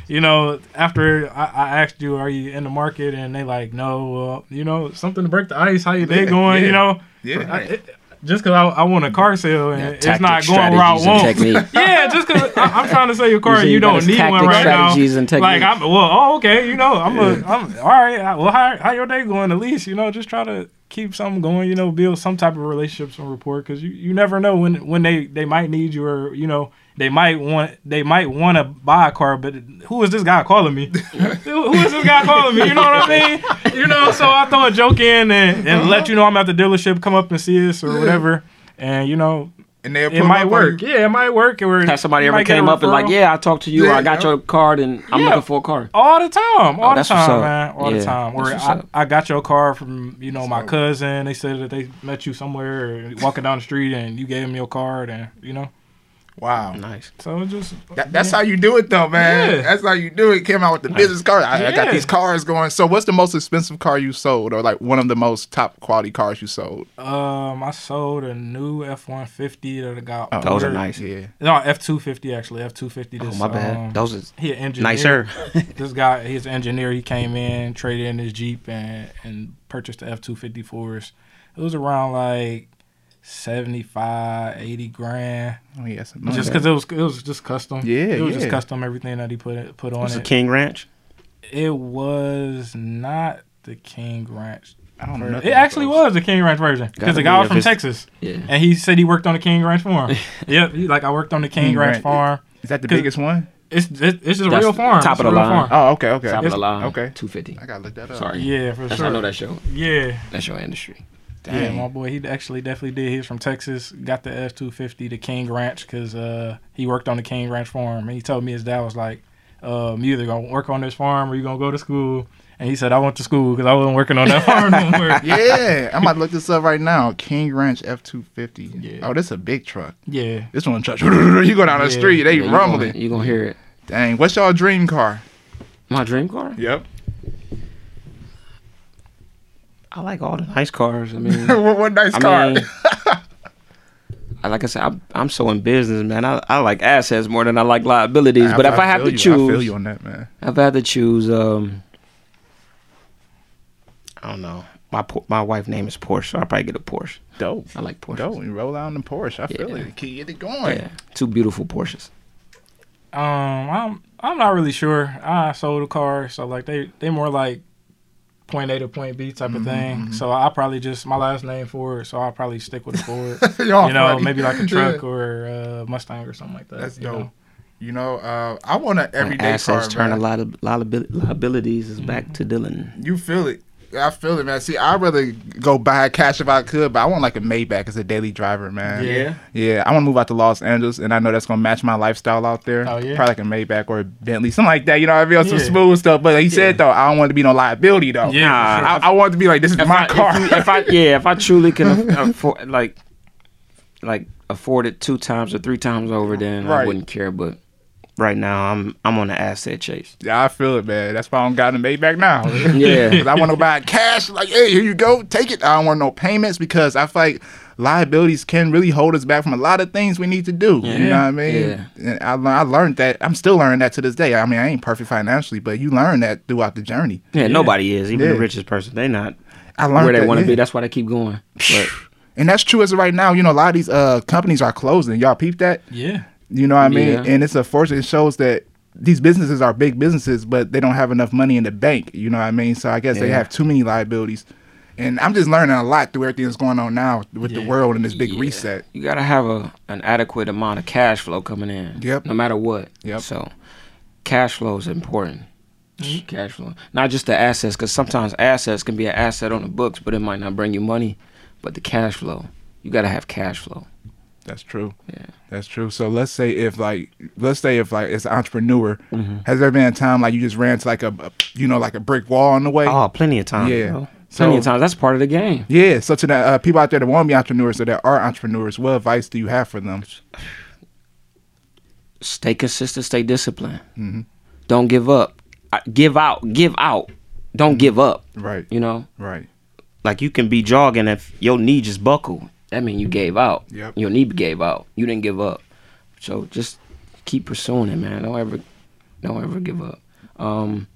you know. After I, I asked you, are you in the market? And they like, no, well, you know, something to break the ice. How your day
Yeah,
going?
yeah.
You know,
Yeah.
I, it, just cause I, I want a car sale and it's not
Tactics,
going where I
strategies, and
want.
Technique.
[LAUGHS] Yeah, just because I'm trying to
[LAUGHS]
sell your car,
You say
you,
you got
don't
his
need one
tactics,
right now.
strategies, and
like
techniques.
I'm, well, oh, okay, you know, I'm, a, I'm all right. I- Well, how, how your day going? At least you know, just try to keep something going. You know, build some type of relationship, some rapport, because you, you never know when when they they might need you or you know they might want they might want to buy a car, but who is this guy calling me? [LAUGHS] who who is this guy calling me? You know what I mean? You know, so I throw a joke in and, and
Uh-huh.
let you know I'm at the dealership. Come up and see us or whatever. And you know,
And they'll
it
put
might
them up on
work.
you.
Yeah, it might work. Or
Has somebody
you
ever
might get a
came up and like,
referral.
yeah, I talked to you, or
Yeah,
I got
yeah.
your card, and I'm
Yeah.
looking for a car.
All the time, all the
Oh, that's what's
time,
up.
man, all
Yeah,
the time. Or
that's what's
I,
up.
I got your car from you know my
So-
cousin. They said that they met you somewhere, or walking down the street, and you gave them your card, and you know.
Wow.
Nice.
So it's just
That, that's how you do it, though, man.
Yeah.
That's how you do it. Came out with the business card. I, I got
Yeah.
these cars going. So, what's the most expensive car you sold, or like one of the most top quality cars you sold?
um, I sold a new F one fifty that I got.
Oh,
Those are
ordered.
nice.
Yeah.
No, F two fifty actually. F two fifty. um,
Oh my bad. Those are
he an engineer.
nicer.
[LAUGHS] this guy, he's an engineer. He came in, traded in his Jeep, and and purchased the F two fifty for us. It was around like 75, 80 grand,
Oh yes.
just because it was it was just custom.
Yeah,
it was
yeah.
just custom. Everything that he put it, put on
It's a
it.
King Ranch.
It was not the King Ranch.
I don't know.
version.
nothing
It actually
about
was the King Ranch version because
Gotta
the
be
guy was
if
from
it's-
Texas,
Yeah.
and he said he worked on the King Ranch farm. yep, he, like I worked on the King,
King
Ranch,
Ranch.
farm.
those. Is that the
Cause-
biggest one?
It's it's, it's just a
That's
real
the
farm.
top
It's
of
a
the
real
line.
farm.
Oh, okay, okay.
Top of the
It's-
line.
okay.
Two fifty.
I gotta look that up.
Sorry.
Yeah, for
That's
sure.
I know that show.
Yeah.
That's your industry.
Dang.
Yeah, my boy, he actually definitely did. He's from Texas. Got the F two fifty, the King Ranch, because uh, he worked on the King Ranch farm, and he told me his dad was like, um, "You either gonna work on this farm or you gonna go to school." And he said, "I went to school because I wasn't working
[LAUGHS]
on that farm no more."
[LAUGHS] yeah, I'm about to look this up right now. King Ranch F250.
Yeah.
Oh, this is a big truck.
Yeah,
This one truck. [LAUGHS] You go down the
Yeah.
street, they
Yeah, you
rumbling.
Gonna, you gonna hear it.
Dang, what's y'all dream car?
My dream car.
Yep.
I like all the nice cars. I mean,
[LAUGHS] [LAUGHS] what, what nice car? [LAUGHS]
I mean, I- like I said, I'm, I'm so in business, man. I, I like assets more than I like liabilities. but if I, have to
feel you. I feel
choose,
you on that, man.
if I had to choose, um, I don't know. My Por- my wife name is Porsche, so I probably get a Porsche.
Dope.
I like Porsche.
Dope. You roll out in the Porsche. I feel
Yeah.
it. Keep get it going.
Yeah, two beautiful Porsches.
um, I'm I'm not really sure. I sold a car, so like they they more like point A to point B type
Mm-hmm,
of thing. So I probably just my last name Ford, so I'll probably stick with a Ford.
[LAUGHS] [LAUGHS] Y'all
you know,
funny.
maybe like a
Yeah.
truck or a Mustang or something like that.
That's
you know?
dope. You know, uh, I want an
And
everyday
assets
car.
turn
man.
a lot of liabil- liabilities is back to Dylan.
You feel it. I feel it, man. See, I'd rather go buy cash if I could, but I want like a Maybach as a daily driver, man.
Yeah.
Yeah. I want to move out to Los Angeles, and I know that's gonna match my lifestyle out there.
Oh, yeah?
Probably like a Maybach or a Bentley, something like that. You know, what I mean, some
Yeah.
smooth stuff. But like you said though, I don't want to be no liability though.
Yeah, for
I, I want it to be like this is my car.
If, you- if I yeah, if I truly can
[LAUGHS]
afford like like afford it two times or three times over, then
Right.
I wouldn't care. But right now, I'm I'm on the asset chase.
yeah, I feel it, man. That's why I don't got a
[LAUGHS]
Maybach now.
Yeah.
'Cause I want to buy it cash. Like, hey, here you go, take it. I don't want no payments because I feel like liabilities can really hold us back from a lot of things we need to do. You know what I mean?
Yeah.
And I, lear- I learned that. I'm still learning that to this day. I mean, I ain't perfect financially, but you learn that throughout the journey.
Yeah, nobody is. Even
Yeah.
the richest person, they not
I learned
where they
that,
want to
yeah.
be. That's why they keep going. But
And that's true as of right now. You know, a lot of these uh, companies are closing. Y'all peep that?
Yeah.
You know what I mean?
Yeah.
And it's unfortunate. It shows that these businesses are big businesses, but they don't have enough money in the bank. You know what I mean? So I guess they
Yeah.
have too many liabilities. And I'm just learning a lot through everything that's going on now with the
Yeah.
world and this big
Yeah.
reset.
You gotta have a an adequate amount of cash flow coming in.
Yep.
No matter what.
Yep.
So, cash flow is important.
Mm-hmm.
Cash flow, not just the assets, because sometimes assets can be an asset on the books, but it might not bring you money. But the cash flow, you gotta have cash flow.
That's true.
Yeah.
That's true. So let's say if like let's say if like it's an entrepreneur,
Mm-hmm.
has there been a time like you just ran to like a, a- you know like a brick wall on the way?
Oh, plenty of times.
Yeah.
bro.
So-
Plenty of times. That's part of the game.
Yeah. So to the uh, people out there that want to be entrepreneurs or that are entrepreneurs, what advice do you have for them?
Stay consistent. Stay disciplined.
Mm-hmm.
Don't give up. I- Give out. Give out. Don't give up.
Mm-hmm. Right.
You know.
Right.
like you can be jogging if your knee just buckle. That mean you gave out.
Yep.
Your knee gave out. You didn't give up. So just keep pursuing it, man. Don't ever, don't ever give up. Um,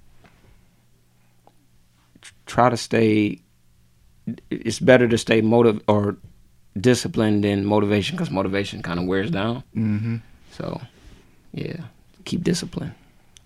tr- try to stay. It's better to stay motive or disciplined than motivation because motivation kind of wears down.
Mm-hmm.
So, yeah, keep discipline.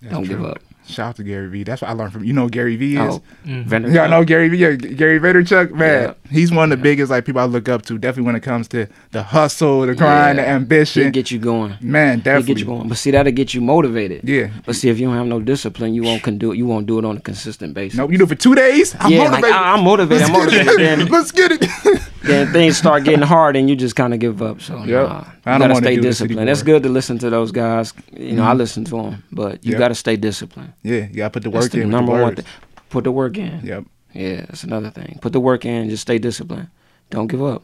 don't give up.
Shout out to Gary Vee. That's what I learned from you know who Gary Vee is.
Oh, Vander-
Y'all know Gary Vee, Mm-hmm. yeah, G- Gary Vaynerchuk, man. He's one of the
Yeah.
biggest like people I look up to. Definitely when it comes to the hustle, the grind, the
Yeah. He'll
ambition.
get you going.
man,
He'll
definitely.
get you going. But see, that'll get you motivated.
Yeah.
But see, if you don't have no discipline, you won't can do it. You won't do it on a consistent basis.
Nope, you do it for two days. I'm
yeah,
motivated.
like I, am motivated. I'm
Let's get
motivated.
it.
then,
Let's get it. [LAUGHS]
then things start getting hard, and you just kind of give up. So nah, you
I don't
gotta
wanna
stay
do this
disciplined. It's
anymore.
good
Mm-hmm.
to listen to those guys. You know, I listen to them, but you
Yep.
gotta stay disciplined.
yeah, you gotta put the
That's
work
the
in.
number
with the
one
words.
thing. Put the work in.
Yep.
Yeah, that's another thing. Put the work in. Just stay disciplined. Don't give up.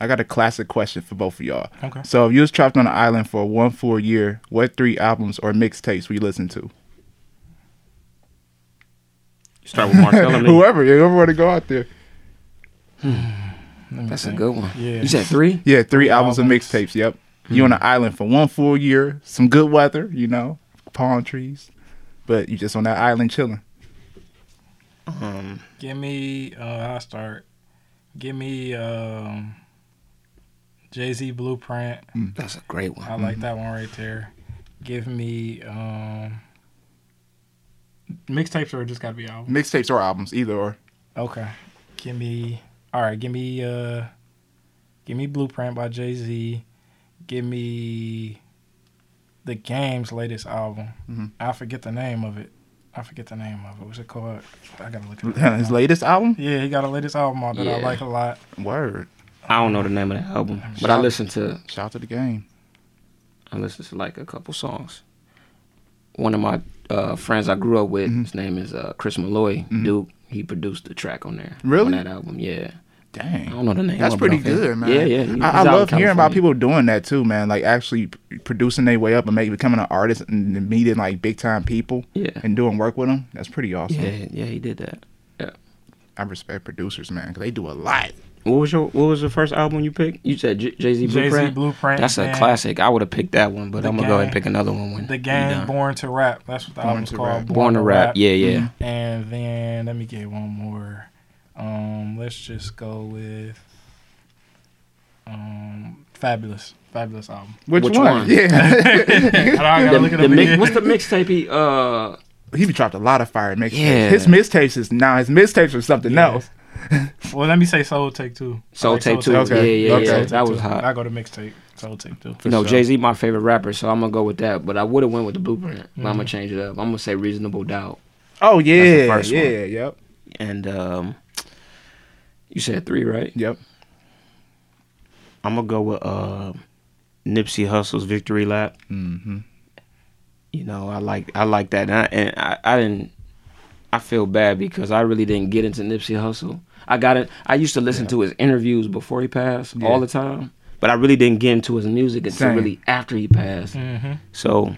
I got a classic question for both of y'all.
Okay.
So if you was trapped on an island for one full year, what three albums or mixtapes we listen to?
Start with Marcella.
[LAUGHS] Whoever, yeah, whoever want to go out there.
Let me
[LAUGHS] That's a
think.
good one.
Yeah.
You said three.
Yeah, three albums Hmm. and
albums.
mixtapes. Yep. You on an island for one full year, some good weather, you know, palm trees, but you just on that island chilling.
Um,
Give me. Uh, I start. Give me. Um, Jay Z Blueprint.
that's a great
I
one.
like that one right there. Give me. Um, mixtapes or just gotta be album.
Mixtapes or albums, either or.
Okay. Give me all right, give me uh give me Blueprint by Jay Z. Give me the game's latest album.
Mhm.
I forget the name of it. I forget the name of it. What's it called? I gotta look it
[LAUGHS] [LAUGHS]
up.
His latest album?
yeah, he got a latest album out that I
Yeah.
like a lot.
Word.
I don't know the name of the album, but I listened to
Shout out to the game.
I listened to like a couple songs. One of my uh, friends I grew up with,
Mm-hmm.
his name is uh, Chris Malloy Duke. He produced the track on there.
Really?
On that album, yeah. I
Dang.
don't know the name.
That's
of it, but
pretty
I think-
good, man.
Yeah, yeah. He-
I, I
he's out in
love hearing about
California.
people doing that too, man. Like actually p- producing their way up and maybe becoming an artist and then meeting like big time people
Yeah.
and doing work with them. That's pretty awesome.
Yeah, yeah, he did that.
I respect producers, man, because they do a lot.
What was your What was the first album you picked? You said Jay Z
Jay Z
Blueprint.
Blueprint.
That's a
and
classic. I would have picked that one, but
The
I'm gonna go ahead and
Game.
pick another one. When
The
we
game
done.
Born to Rap. That's what the
Born
album's
to
called.
Rap.
Born to Rap. Mm-hmm. Yeah, yeah.
And then let me get one more. Um, let's just go with um, Fabulous. Fabulous album. [LAUGHS]
Which,
Which
one?
one?
[LAUGHS] Yeah.
I gotta
The,
look it
the
up
mix-
again.
what's
[LAUGHS]
the mixtape he uh
he be dropped a lot of fire mixtapes.
Yeah.
His mixtapes is now his mixtapes are something
Yeah.
else.
Well, let me say Soul Take Two. I
Soul
like
Tape Two?
Okay.
Yeah, yeah,
Okay.
yeah.
Soul
Take
That
Two.
was hot.
I go to mixtape. Soul Take Two.
You know,
sure.
Jay Z my favorite rapper, so I'm gonna go with that. But I would have went with the Blueprint. But I'm gonna change it up. I'm gonna say Reasonable Doubt.
Oh yeah,
first one.
yeah, yep,
And um, you said three, right?
yep.
I'm gonna go with uh, Nipsey Hussle's Victory Lap.
Mm-hmm.
You know, I like I like that, and I, and I, I didn't. I feel bad because I really didn't get into Nipsey Hussle. I got it. I used to listen to his interviews before he passed
Yeah.
all the time, but I really didn't get into his music until
Same.
really after he passed.
Mm-hmm.
So,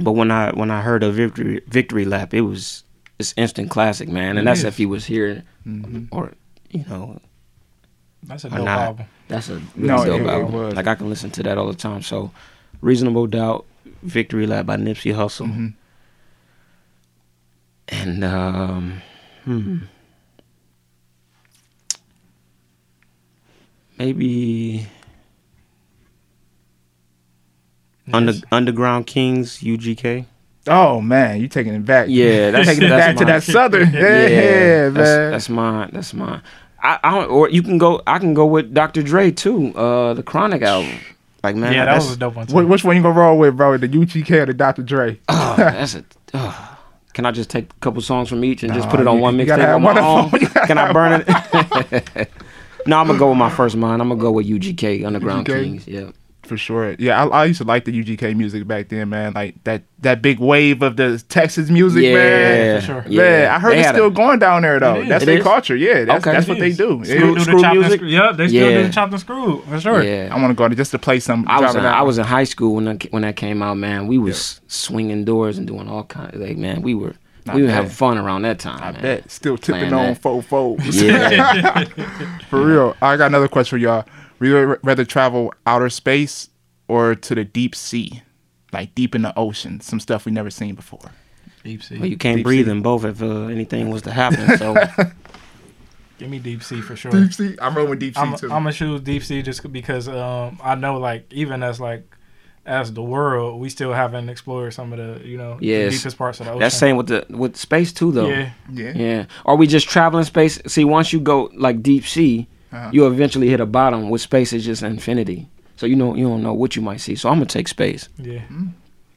but when I when I heard of victory victory lap, it was it's instant classic, man. And
It
that's
is.
if he was here,
Mhm.
or you know,
That's a
Or
dope
not.
album.
that's a really
No,
dope
it- it
album.
was.
Like I can listen to that all the time. So, reasonable doubt, victory lap by Nipsey Hussle,
Mhm.
and um, hmm. maybe under,
Yes.
underground kings UGK.
Oh man, you taking it back?
Yeah, that's-
taking it
that's
back
[LAUGHS]
to
my-
that southern. Yeah,
yeah,
man.
that's, that's mine. That's mine. I, I don't, or you can go. I can go with Dr. Dre too. Uh, the Chronic album. Like man,
yeah, that
that's,
was a dope one. Too.
Wh- which one you gonna roll with, bro? The UGK or the
[LAUGHS]
Dr. Dre?
oh, that's a. Oh. Can I just take a couple songs from each and just put it on
you-
one
you gotta
mixtape
have
on my
one
own?
of them. [LAUGHS] You gotta
Can I
have
burn it? [LAUGHS] no, I'm gonna go with my first mind. I'm gonna go with UGK Underground
UGK.
Kings. Yeah,
For sure. Yeah, I, I used to like the UGK music back then, man. Like that that big wave of the Texas music,
yeah,
man.
for sure.
yeah.
Man, I heard
They
it's
had a-
still going down there though.
It is.
That's
It
their
is?
culture. Yeah, that's,
Okay.
that's what
It
they
is.
do.
Still
It-
do the
Screw
chopped and
music?
screw- Yep, they still do
Yeah.
the chopped and screw for sure.
Yeah,
I want to go to just to play some.
I was
drop
in,
it out.
I was in high school when that, when that came out, man. We was swinging doors and doing all kind of like, man. We were we were
bad.
having fun around that time.
I
man.
bet still tipping
Playing
on
that. [LAUGHS]
four folds. [LAUGHS]
Yeah,
For real. I got another question for y'all. Would you rather travel outer space or to the deep sea? Like deep in the ocean, some stuff we never seen before.
Deep sea.
well, you can't
Deep
breathe in both if uh, anything was to happen. So
Give me deep sea for sure.
Deep sea? I'm rolling deep sea
I'm, I'm
too.
gonna choose deep sea just because um, I know like even as like as the world we still haven't explored some of the you know
Yes.
the deepest parts of the ocean.
that's same with the with space too, though.
Yeah,
yeah.
Yeah. Are we just traveling space? See, once you go like deep sea,
Uh-huh.
you eventually hit a bottom. With space is just infinity. So you know you don't know what you might see. So I'm gonna take space.
yeah.
Mm.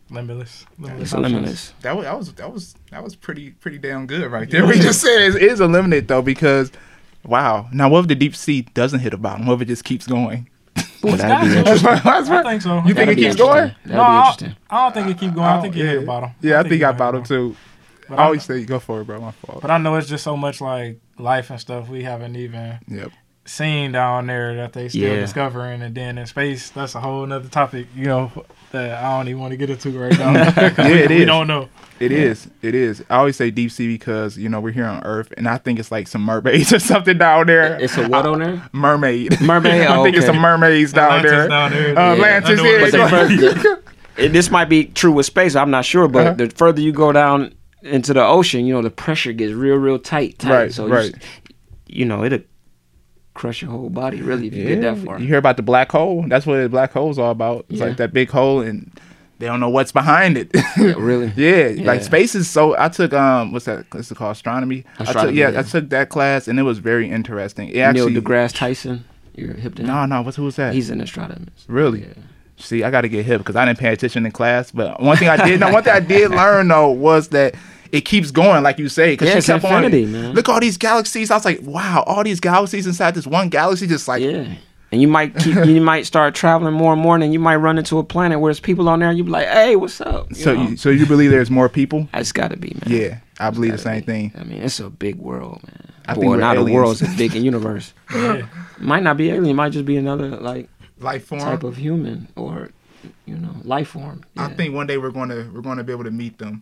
Limitless. Limitless.
It's
options.
limitless.
That was that was that was that was pretty pretty damn good right there. We just said it is eliminated though because wow. Now what if the deep sea doesn't hit a bottom? What if it just keeps going?
Well, that'd be
got to.
interesting.
That's right.
[LAUGHS] I think so.
You think
That'd
it
be
keeps going?
interesting. That'd
no,
be
I-
interesting.
I don't think it keep going. I, think it hit the bottom.
Oh, Yeah, I think,
it
I
hit
bottom
the
too.
But
I
I,
always say you go for it, bro. My fault.
but I know it's just so much like life and stuff we haven't even
Yep.
seen down there that they still
Yeah.
discovering, and then in space that's a whole nother topic. You know that I don't even want to get into right now. [LAUGHS] 'Cause
Yeah,
we,
it
we
is.
don't know.
It is. It is. I always say deep sea because you know we're here on Earth, and I think it's like some mermaids [LAUGHS] or something down there.
It's a what on there?
mermaid.
Mermaid?
[LAUGHS] I
Oh,
think it's
okay.
some mermaids down
Atlantis
there.
down there.
Uh, Atlantis.
Underwater.
Yeah.
But the further, [LAUGHS] it, this might be true with space. I'm not sure, but
Uh-huh.
the further you go down into the ocean, you know the pressure gets real, real tight. tight.
Right,
So
right.
You, s- you know it'll crush your whole body really if you get
Yeah,
that far.
You hear about the black hole? That's what the black hole's all about. It's
Yeah.
like that big hole, and they don't know what's behind it. [LAUGHS]
Yeah, really?
Yeah,
Yeah.
like space is so. I took um, what's that? What's it called? Astronomy. I took
Astronomy,
yeah,
yeah.
I took that class, and it was very interesting. It
Neil
actually,
deGrasse Tyson, you're hip to him.
no, no, what's who was that?
He's an astronomist.
Really?
Yeah.
See, I got to get hip because I didn't pay attention in class. But one thing I did, no, one thing I did learn though was that it keeps going, like you say, because
Yeah,
she
it's
kept
infinity,
on.
man.
Look all these galaxies. I was like, wow, all these galaxies inside this one galaxy, just like
Yeah. And you might keep, you might start traveling more and more, and then you might run into a planet where there's people on there, and you be like, "Hey, what's up?" You
So,
know?
you, so you believe there's more people?
it's got to be, man.
Yeah, I believe the same
Gotta be.
thing.
I mean, it's a big world, man.
I
I
think
well,
we're
not a
aliens.
world; it's a big universe.
[LAUGHS]
Yeah.
Might not be alien; it might just be another like
Life form.
type of human or you know life form.
I
Yeah.
think one day we're gonna we're gonna be able to meet them.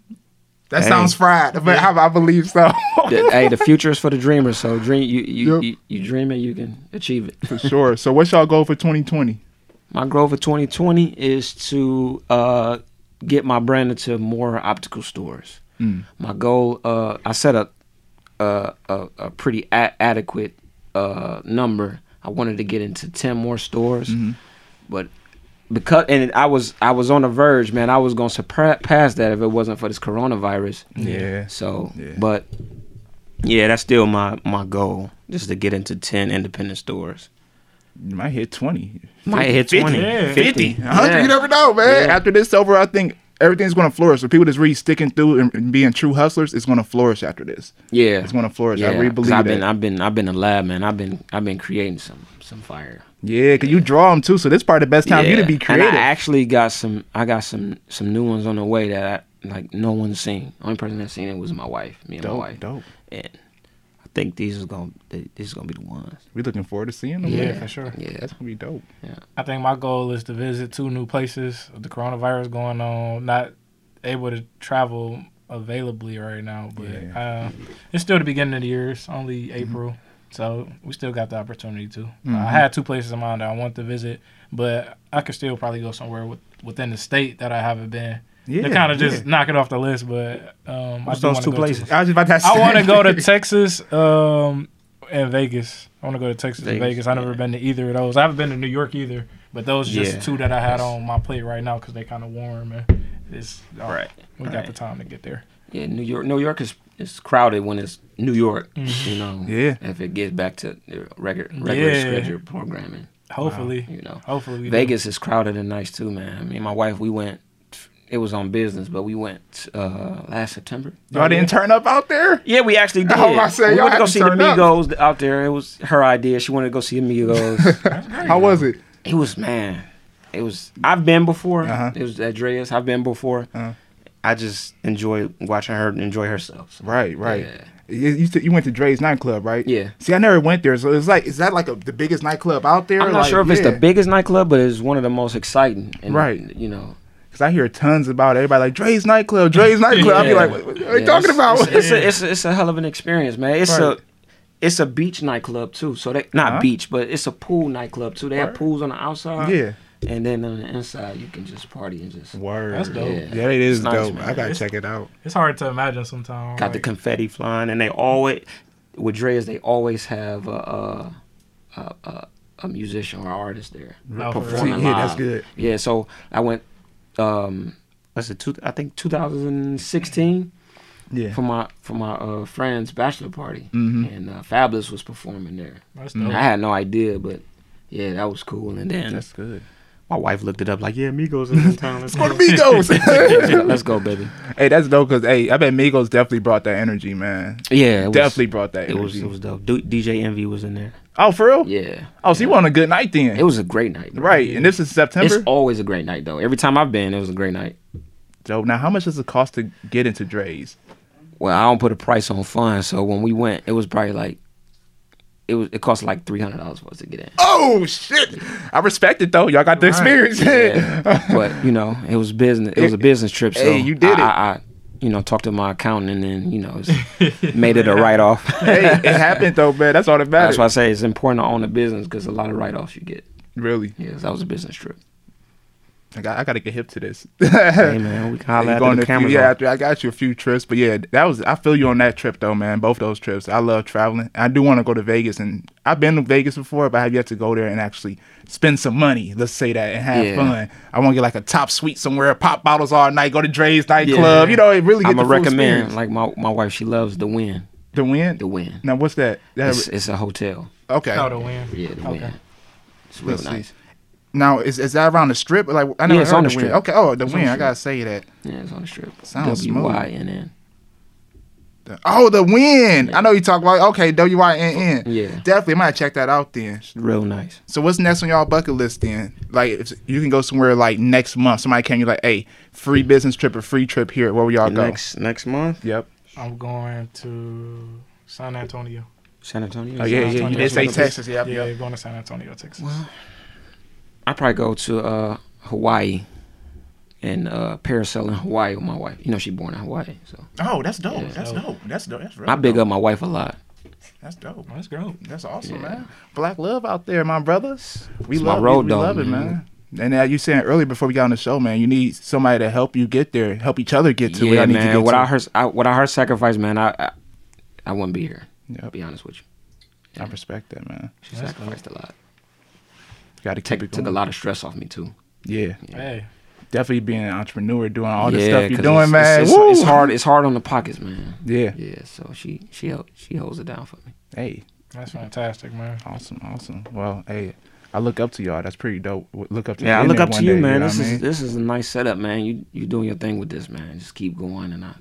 That
Hey.
sounds fried, but I, I believe so.
The- hey, the future is for the dreamers. So dream you you,
Yep.
you you dream it, you can achieve it.
[LAUGHS] for sure. So what's y'all goal for 2020?
My goal for 2020 is to uh, get my brand into more optical stores.
Mm.
My goal, uh, I set a a, a, a pretty a- adequate uh, number. I wanted to get into 10 more stores,
Mm-hmm.
but because and I was I was on the verge, man. I was gonna surpass that if it wasn't for this coronavirus.
Yeah.
So,
Yeah.
but yeah, that's still my my goal, just to get into 10 independent stores.
You might hit 20.
Might hit 20,
Yeah.
50,
100,
Yeah.
you never know, man.
Yeah.
After this over, I think everything's gonna flourish. So people that's really sticking through and, and being true hustlers, it's gonna flourish after this.
Yeah,
It's gonna flourish. I
Yeah,
really
'cause
believe
I've
that.
been, I've been, I've been in the lab, man. I've been, I've been creating some, some fire.
yeah, cause you draw them too. So this part the best time for you to be creative.
And I actually got some, I got some, some new ones on the way that I, like no one's seen. Only person that's seen it was my wife, me and my
dope,
wife.
dope.
And I think these is gonna, th- these is gonna be the ones.
We looking forward to seeing them.
Yeah,
man.
for sure.
Yeah,
That's gonna be dope.
I think my goal is to visit two new places. with The coronavirus going on, not able to travel availably right now, but uh, it's still the beginning of the year. It's only
Mm-hmm.
April, so we still got the opportunity to. I had two places in mind that I want to visit, but I could still probably go somewhere with, within the state that I haven't been.
Yeah,
to kind of just
yeah.
knock it off the list, but um, I
What's
do
those
wanna
two
go
places?
I was just about to.
I want
say-
to go to Texas um, and Vegas. I want to go to Texas and
Vegas,
Vegas. I've never
yeah.
been to either of those. I haven't been to New York either. But those just
Yeah.
two that I had
That's-
on my plate right now because they kind of warm and it's all
Right,
We got
right.
the time to get there.
yeah. New York, New York is it's crowded when it's New York, you know.
Mm-hmm. Yeah.
If it gets back to the record regular
Yeah.
schedule programming,
Hopefully,
you know.
hopefully we do.
Vegas is crowded and nice too, man. Me and my wife, we went. It was on business, but we went uh, last September.
[LAUGHS] Y'all didn't turn up out there?
Yeah, we actually did.
[LAUGHS] I was about to say,
we
y'all
went to
had
go
to
see the
turn up.
Migos out there. It was her idea. She wanted to go see the Migos.
[LAUGHS] How was it?
it was man. It was. I've been before.
Uh-huh.
It was Andreas. I've been before.
Uh-huh.
I just enjoy watching her enjoy herself.
Right, right.
Yeah.
You, you, said you went to Dre's nightclub, right?
Yeah.
See, I never went there, so it's like, is that like a, the biggest nightclub out there?
I'm not
Like,
sure if it's the
yeah.
biggest nightclub, but it's one of the most exciting. And,
Right.
You know,
Cause I hear tons about it. everybody like Dre's nightclub, Dre's nightclub.
Yeah.
I be like, what, what are you
Yeah,
talking
it's-
about?
It's, it's
[LAUGHS]
a, it's, a, it's a hell of an experience, man. It's
Right.
a it's a beach nightclub too. So they not
Uh-huh.
beach, but it's a pool nightclub too. They have
Word.
pools on the outside.
yeah,
And then on the inside, you can just party and just
word.
That's dope.
Yeah.
Yeah, it is
It's nice,
dope.
man.
I gotta
It's-
check it out.
It's hard to imagine sometimes.
got the
like-
confetti flying, and they always with Dre's they always have a a, a, a, a musician or artist there
Oh, for real?
performing
Yeah, that's
live.
good.
Yeah, so I went. um That's it. Two, I think 2016.
Yeah,
for my for my uh, friend's bachelor party,
Mhm.
and uh, Fabulous was performing there.
That's
And
dope.
I had no idea, but yeah, that was cool. And then
that's good.
my wife looked it up, like, "Yeah, Migos is in town. Let's [LAUGHS] go,
Migos.
Let's go- let's go, baby."
[LAUGHS] hey, that's dope. Cause hey, I bet Migos definitely brought that energy, man.
Yeah, it was,
definitely brought that
It was
energy.
it was dope. Du- DJ Envy was in there.
oh, for real?
Yeah.
Oh, so you want a good night then?
It was a great night. bro.
right, and this is September.
It's always a great night though. Every time I've been, it was a great night.
dope. Now, how much does it cost to get into Dre's?
Well, I don't put a price on fun, so when we went, it was probably like it was. It cost like three hundred dollars for us to get in.
Oh shit! I respect it though. Y'all got the experience.
Yeah. but you know, it was business. It was a business trip. So
Hey, you did
I,
it.
I, I, you know, talked to my accountant and then you know it's made
[LAUGHS]
it a write off.
[LAUGHS]
[LAUGHS]
hey, it happened though, man. That's all that
That's
matters.
why I say it's important to own a business because a lot of write offs you get.
really,
Yeah, 'cause that was a business trip.
I got, I got to get hip to this. [LAUGHS]
Hey man, we can holler
You
at
going
the
a few-
cameras.
yeah,
Yeah,
after I got you a few trips, but yeah, that was I feel you on that trip though, man. Both those trips, I love traveling. I do want to go to Vegas, and I've been to Vegas before, but I have yet to go there and actually spend some money. Let's say that and have
Yeah.
fun. I want to get like a top suite somewhere, pop bottles all night, go to Dre's
Yeah.
nightclub. You know, it really get
I'm
the
gonna
full
recommend.
experience.
Like my my wife, she loves the win.
the win.
The win.
Now what's that? that
It's, it's a hotel.
okay.
How to win.
Yeah, the
Okay.
win. It's real
Let's see.
nice.
Now is is that around the strip? Like I never
Yeah, it's
heard
on
the,
the
Wynn.
Strip.
Okay. Oh, the
It's on
win.
the
I gotta say that.
Yeah, it's on the strip.
Sounds smooth.
W Y N N.
The- Oh, the win. I know you talk about. Okay, W I N N.
Yeah.
Definitely, I might check that out then.
Real nice.
So what's next on y'all bucket list then? Like if you can go somewhere like next month. Somebody came you like, hey, free business trip or free trip here. Where will y'all go?
Next next month,
Yep.
I'm going to San Antonio.
San Antonio.
Oh yeah,
San
yeah. You
Antonio.
did say
Texas.
Texas. Yep.
yeah,
Yep.
going to San Antonio, Texas.
I probably go to uh, Hawaii and uh, parasail in Hawaii with my wife. You know, she born in Hawaii, so
Oh, that's dope.
Yeah.
that's dope. That's dope. That's real.
I big
dope.
up my wife a lot.
Oh, That's dope.
Let's go.
That's awesome,
Yeah.
man. Black love out there, my brothers. We
It's my
love it.
road
we
dog,
love it,
man.
man. And uh, you saying earlier before we got on the show, man, you need somebody to help you get there, help each other get to where
yeah,
I need to
man.
get
Without
to.
her, I, without her sacrifice, man, I, I, I wouldn't be here.
Yep.
I'll be honest with you.
I respect that, man.
She
That's
sacrificed a lot.
Got to keep
Take,
it
took
going.
a lot of stress off me too.
Yeah,
Hey,
definitely being an entrepreneur, doing all the
Yeah,
stuff you're
'cause
doing,
it's-
man.
It's,
Woo!
it's, it's hard. It's hard on the pockets, man.
Yeah.
Yeah. So she she held- she holds it down for me.
Hey,
that's fantastic, man.
awesome, awesome. Well, hey, I look up to y'all. That's pretty dope. W- Look up to
Yeah, I
the
look
internet
up to
one
you,
day,
man.
know
this
what I
is
mean?
this is a nice setup, man. You you doing your thing with this, man. Just keep going, and I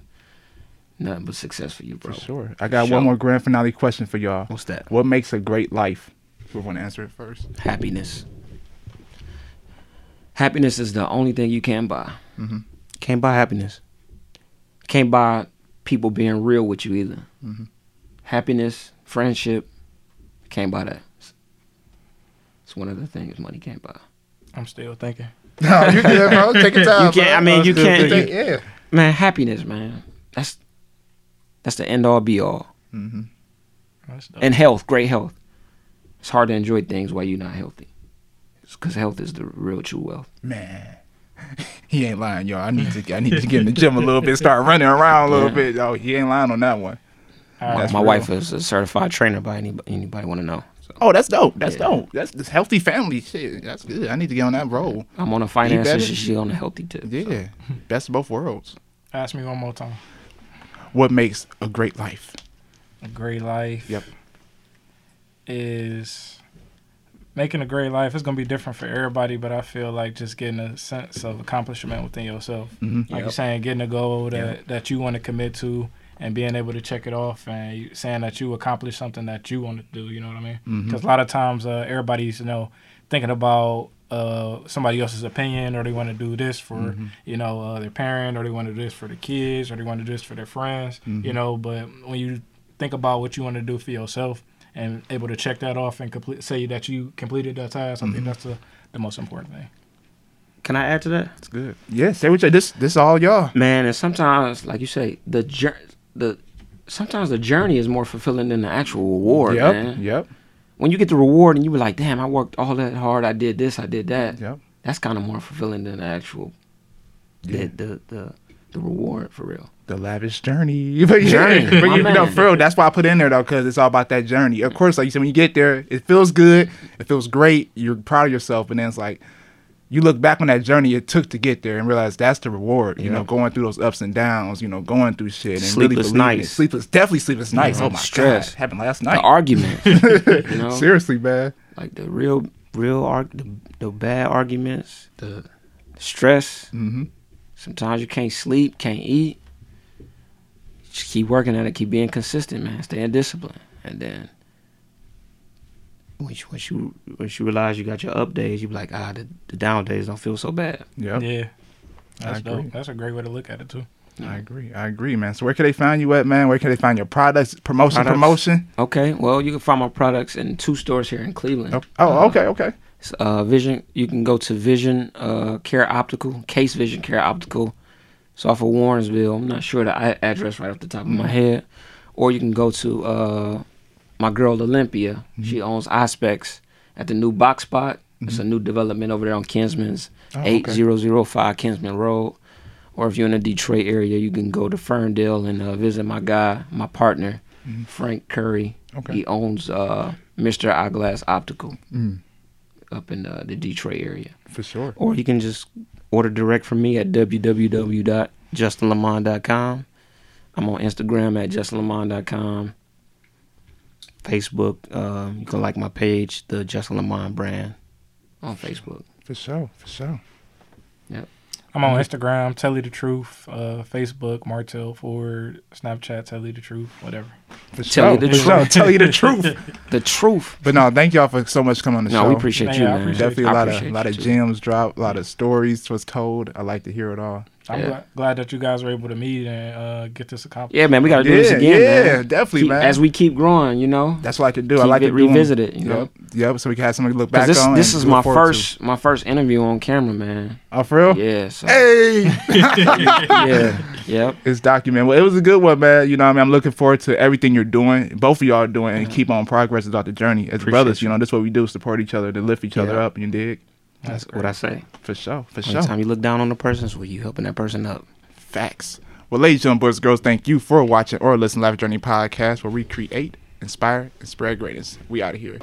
nothing but success for you, bro.
for sure. I got
sure.
one more grand finale question for y'all.
What's that?
What makes a great life? Who want to answer it first?
happiness. Happiness is the only thing you can buy.
Mhm.
Can't buy happiness. Can't buy people being real with you either.
Mhm.
Happiness, friendship, can't buy that. It's one of the things money can't buy.
I'm still thinking.
[LAUGHS] No, you good, bro.
[LAUGHS]
Take your time.
You can't-
bro.
I mean, you
Good
can't-
thing.
you-
yeah.
Man, happiness, man. That's that's the end all be all.
Mm-hmm.
That's dope.
And health, great health. It's hard to enjoy things while you're not healthy. Because health is the real true wealth.
Man, [LAUGHS] he ain't lying, y'all. I need to. I need to get in the gym a little bit, start running around a little
Yeah.
bit. Oh, he ain't lying on that one.
All right.
That's
my
real.
wife is a certified trainer by anybody, anybody want to know. So.
Oh, that's dope. That's
Yeah.
dope. That's, that's healthy family shit. That's good. I need to get on that roll.
I'm on a finance
better. [LAUGHS]
issue. She on a healthy tip.
Yeah, best of both worlds.
Ask me one more time.
what makes a great life?
A great life.
Yep.
Is making a great life is gonna be different for everybody, but I feel like just getting a sense of accomplishment within yourself.
hmm
Like you're
Yep.
saying, getting a goal that,
Yep.
that you want to commit to and being able to check it off and you, saying that you accomplished something that you want to do. You know what I mean?
Mhm.
Because a lot of times uh, everybody's you know thinking about uh, somebody else's opinion or they want to do this for
Mm-hmm.
you know uh, their parent or they want to do this for the kids or they want to do this for their friends.
Mm-hmm.
You know, but when you think about what you want to do for yourself and able to check that off and complete say that you completed that task,
Mm-hmm.
I think that's the, the most important thing.
Can I add to that?
It's good. Yeah, say what you this this all y'all.
Man, and sometimes, like you say, the jour- the sometimes the journey is more fulfilling than the actual reward,
yep.
man.
Yep.
When you get the reward and you be like, "Damn, I worked all that hard. I did this. I did that."
Yep.
That's kind of more fulfilling than the actual
Yeah.
the, the the the reward for real.
The lavish journey. [LAUGHS] but yeah,
Journey,
but
my
you know,
man.
for real, that's why I put it in there though, because it's all about that journey. Of course, like you said, when you get there, it feels good, it feels great, you're proud of yourself, and then it's like you look back on that journey it took to get there and realize that's the reward. You know, going through those ups and downs, you know, going through shit and
Sleepless
really believing it.
nights.
Sleepless, definitely sleepless nights.
Yeah,
oh my
stress.
god, happened last
The
night.
argument,
[LAUGHS]
you know,
Seriously, man.
like the real real arg the, the bad arguments, the stress.
hmm
Sometimes you can't sleep, can't eat. Just keep working at it. Keep being consistent, man. Stay in discipline, and then once you once you, once you realize you got your up days, you be like, ah, the, the down days don't feel so bad.
Yep.
Yeah. That's
agree.
dope. That's a great way to look at it too.
I agree. I agree, man. So where can they find you at, man? Where can they find your products? Promotion,
Products.
promotion.
Okay, well, you can find my products in two stores here in Cleveland.
Oh, oh,
Uh,
okay, okay.
It's, uh, Vision. You can go to Vision uh, Care Optical, Case Vision Care Optical. It's off of Warrensville. I'm not sure the i- address right off the top of my head. Or you can go to uh, my girl Olympia.
Mm-hmm.
She owns Ospex at the new Box Spot. It's a new development over there on Kinsman's,
Mm-hmm. Oh, okay.
eight zero zero five Kinsman Road. Or if you're in the Detroit area, you can go to Ferndale and uh, visit my guy, my partner, Frank Curry.
Mm-hmm. Okay.
He owns uh, Mr. Eyeglass Optical
Mm,
up in uh, the Detroit area.
for sure.
Or you can just order direct from me at www.justinlamont.com. I'm on Instagram at justinlamont.com. Facebook, um, you can like my page, the Justin Lamont brand on Facebook.
For sure. For sure.
I'm
Mm-hmm.
on Instagram, Tell You the Truth, uh, Facebook, Martel Ford, Snapchat, Tell You the Truth, whatever.
Tell
For sure.
you the
for
truth.
sure. Tell you the truth.
[LAUGHS] The truth.
But no, thank y'all for so much coming on the
No,
show.
we appreciate
Man,
you,
I
man.
appreciate
Definitely a
I
lot of
appreciate
lot
you
of
too.
gems dropped, a lot of stories was told. I like to hear it all.
[LAUGHS] I'm
Yeah.
gla- glad that you guys were able to meet and uh, get this accomplished.
Yeah, man, we got to do this
Yeah,
again,
yeah,
man.
definitely,
Keep-
man.
As we keep growing, you know.
That's what I could do. I
Keep
like
it
to do 'em.
revisited, you know?
Yep, yep. So we can have somebody look
Cause
back
this
on.
this
and
is
look
my
forward to.
first my first interview on camera, man.
Oh, for real?
Yeah, so [LAUGHS]
Hey.
yeah, yep.
It's documented. Well, it was a good one, man. You know, what I mean, I'm looking forward to everything you're doing, both of y'all are doing, and keep on progressing throughout the journey as
Appreciate
brothers. You
you.
know, that's what we do: support each other, to lift each other
Yeah.
up. You dig?
That's what I say.
For sure, for
Every
sure.
time you look down on a person, it's where you helping that person up.
Facts. Well, ladies, gentlemen, boys, and girls, thank you for watching or listening to Life Journey Podcast, where we create, inspire, and spread greatness. We out of here.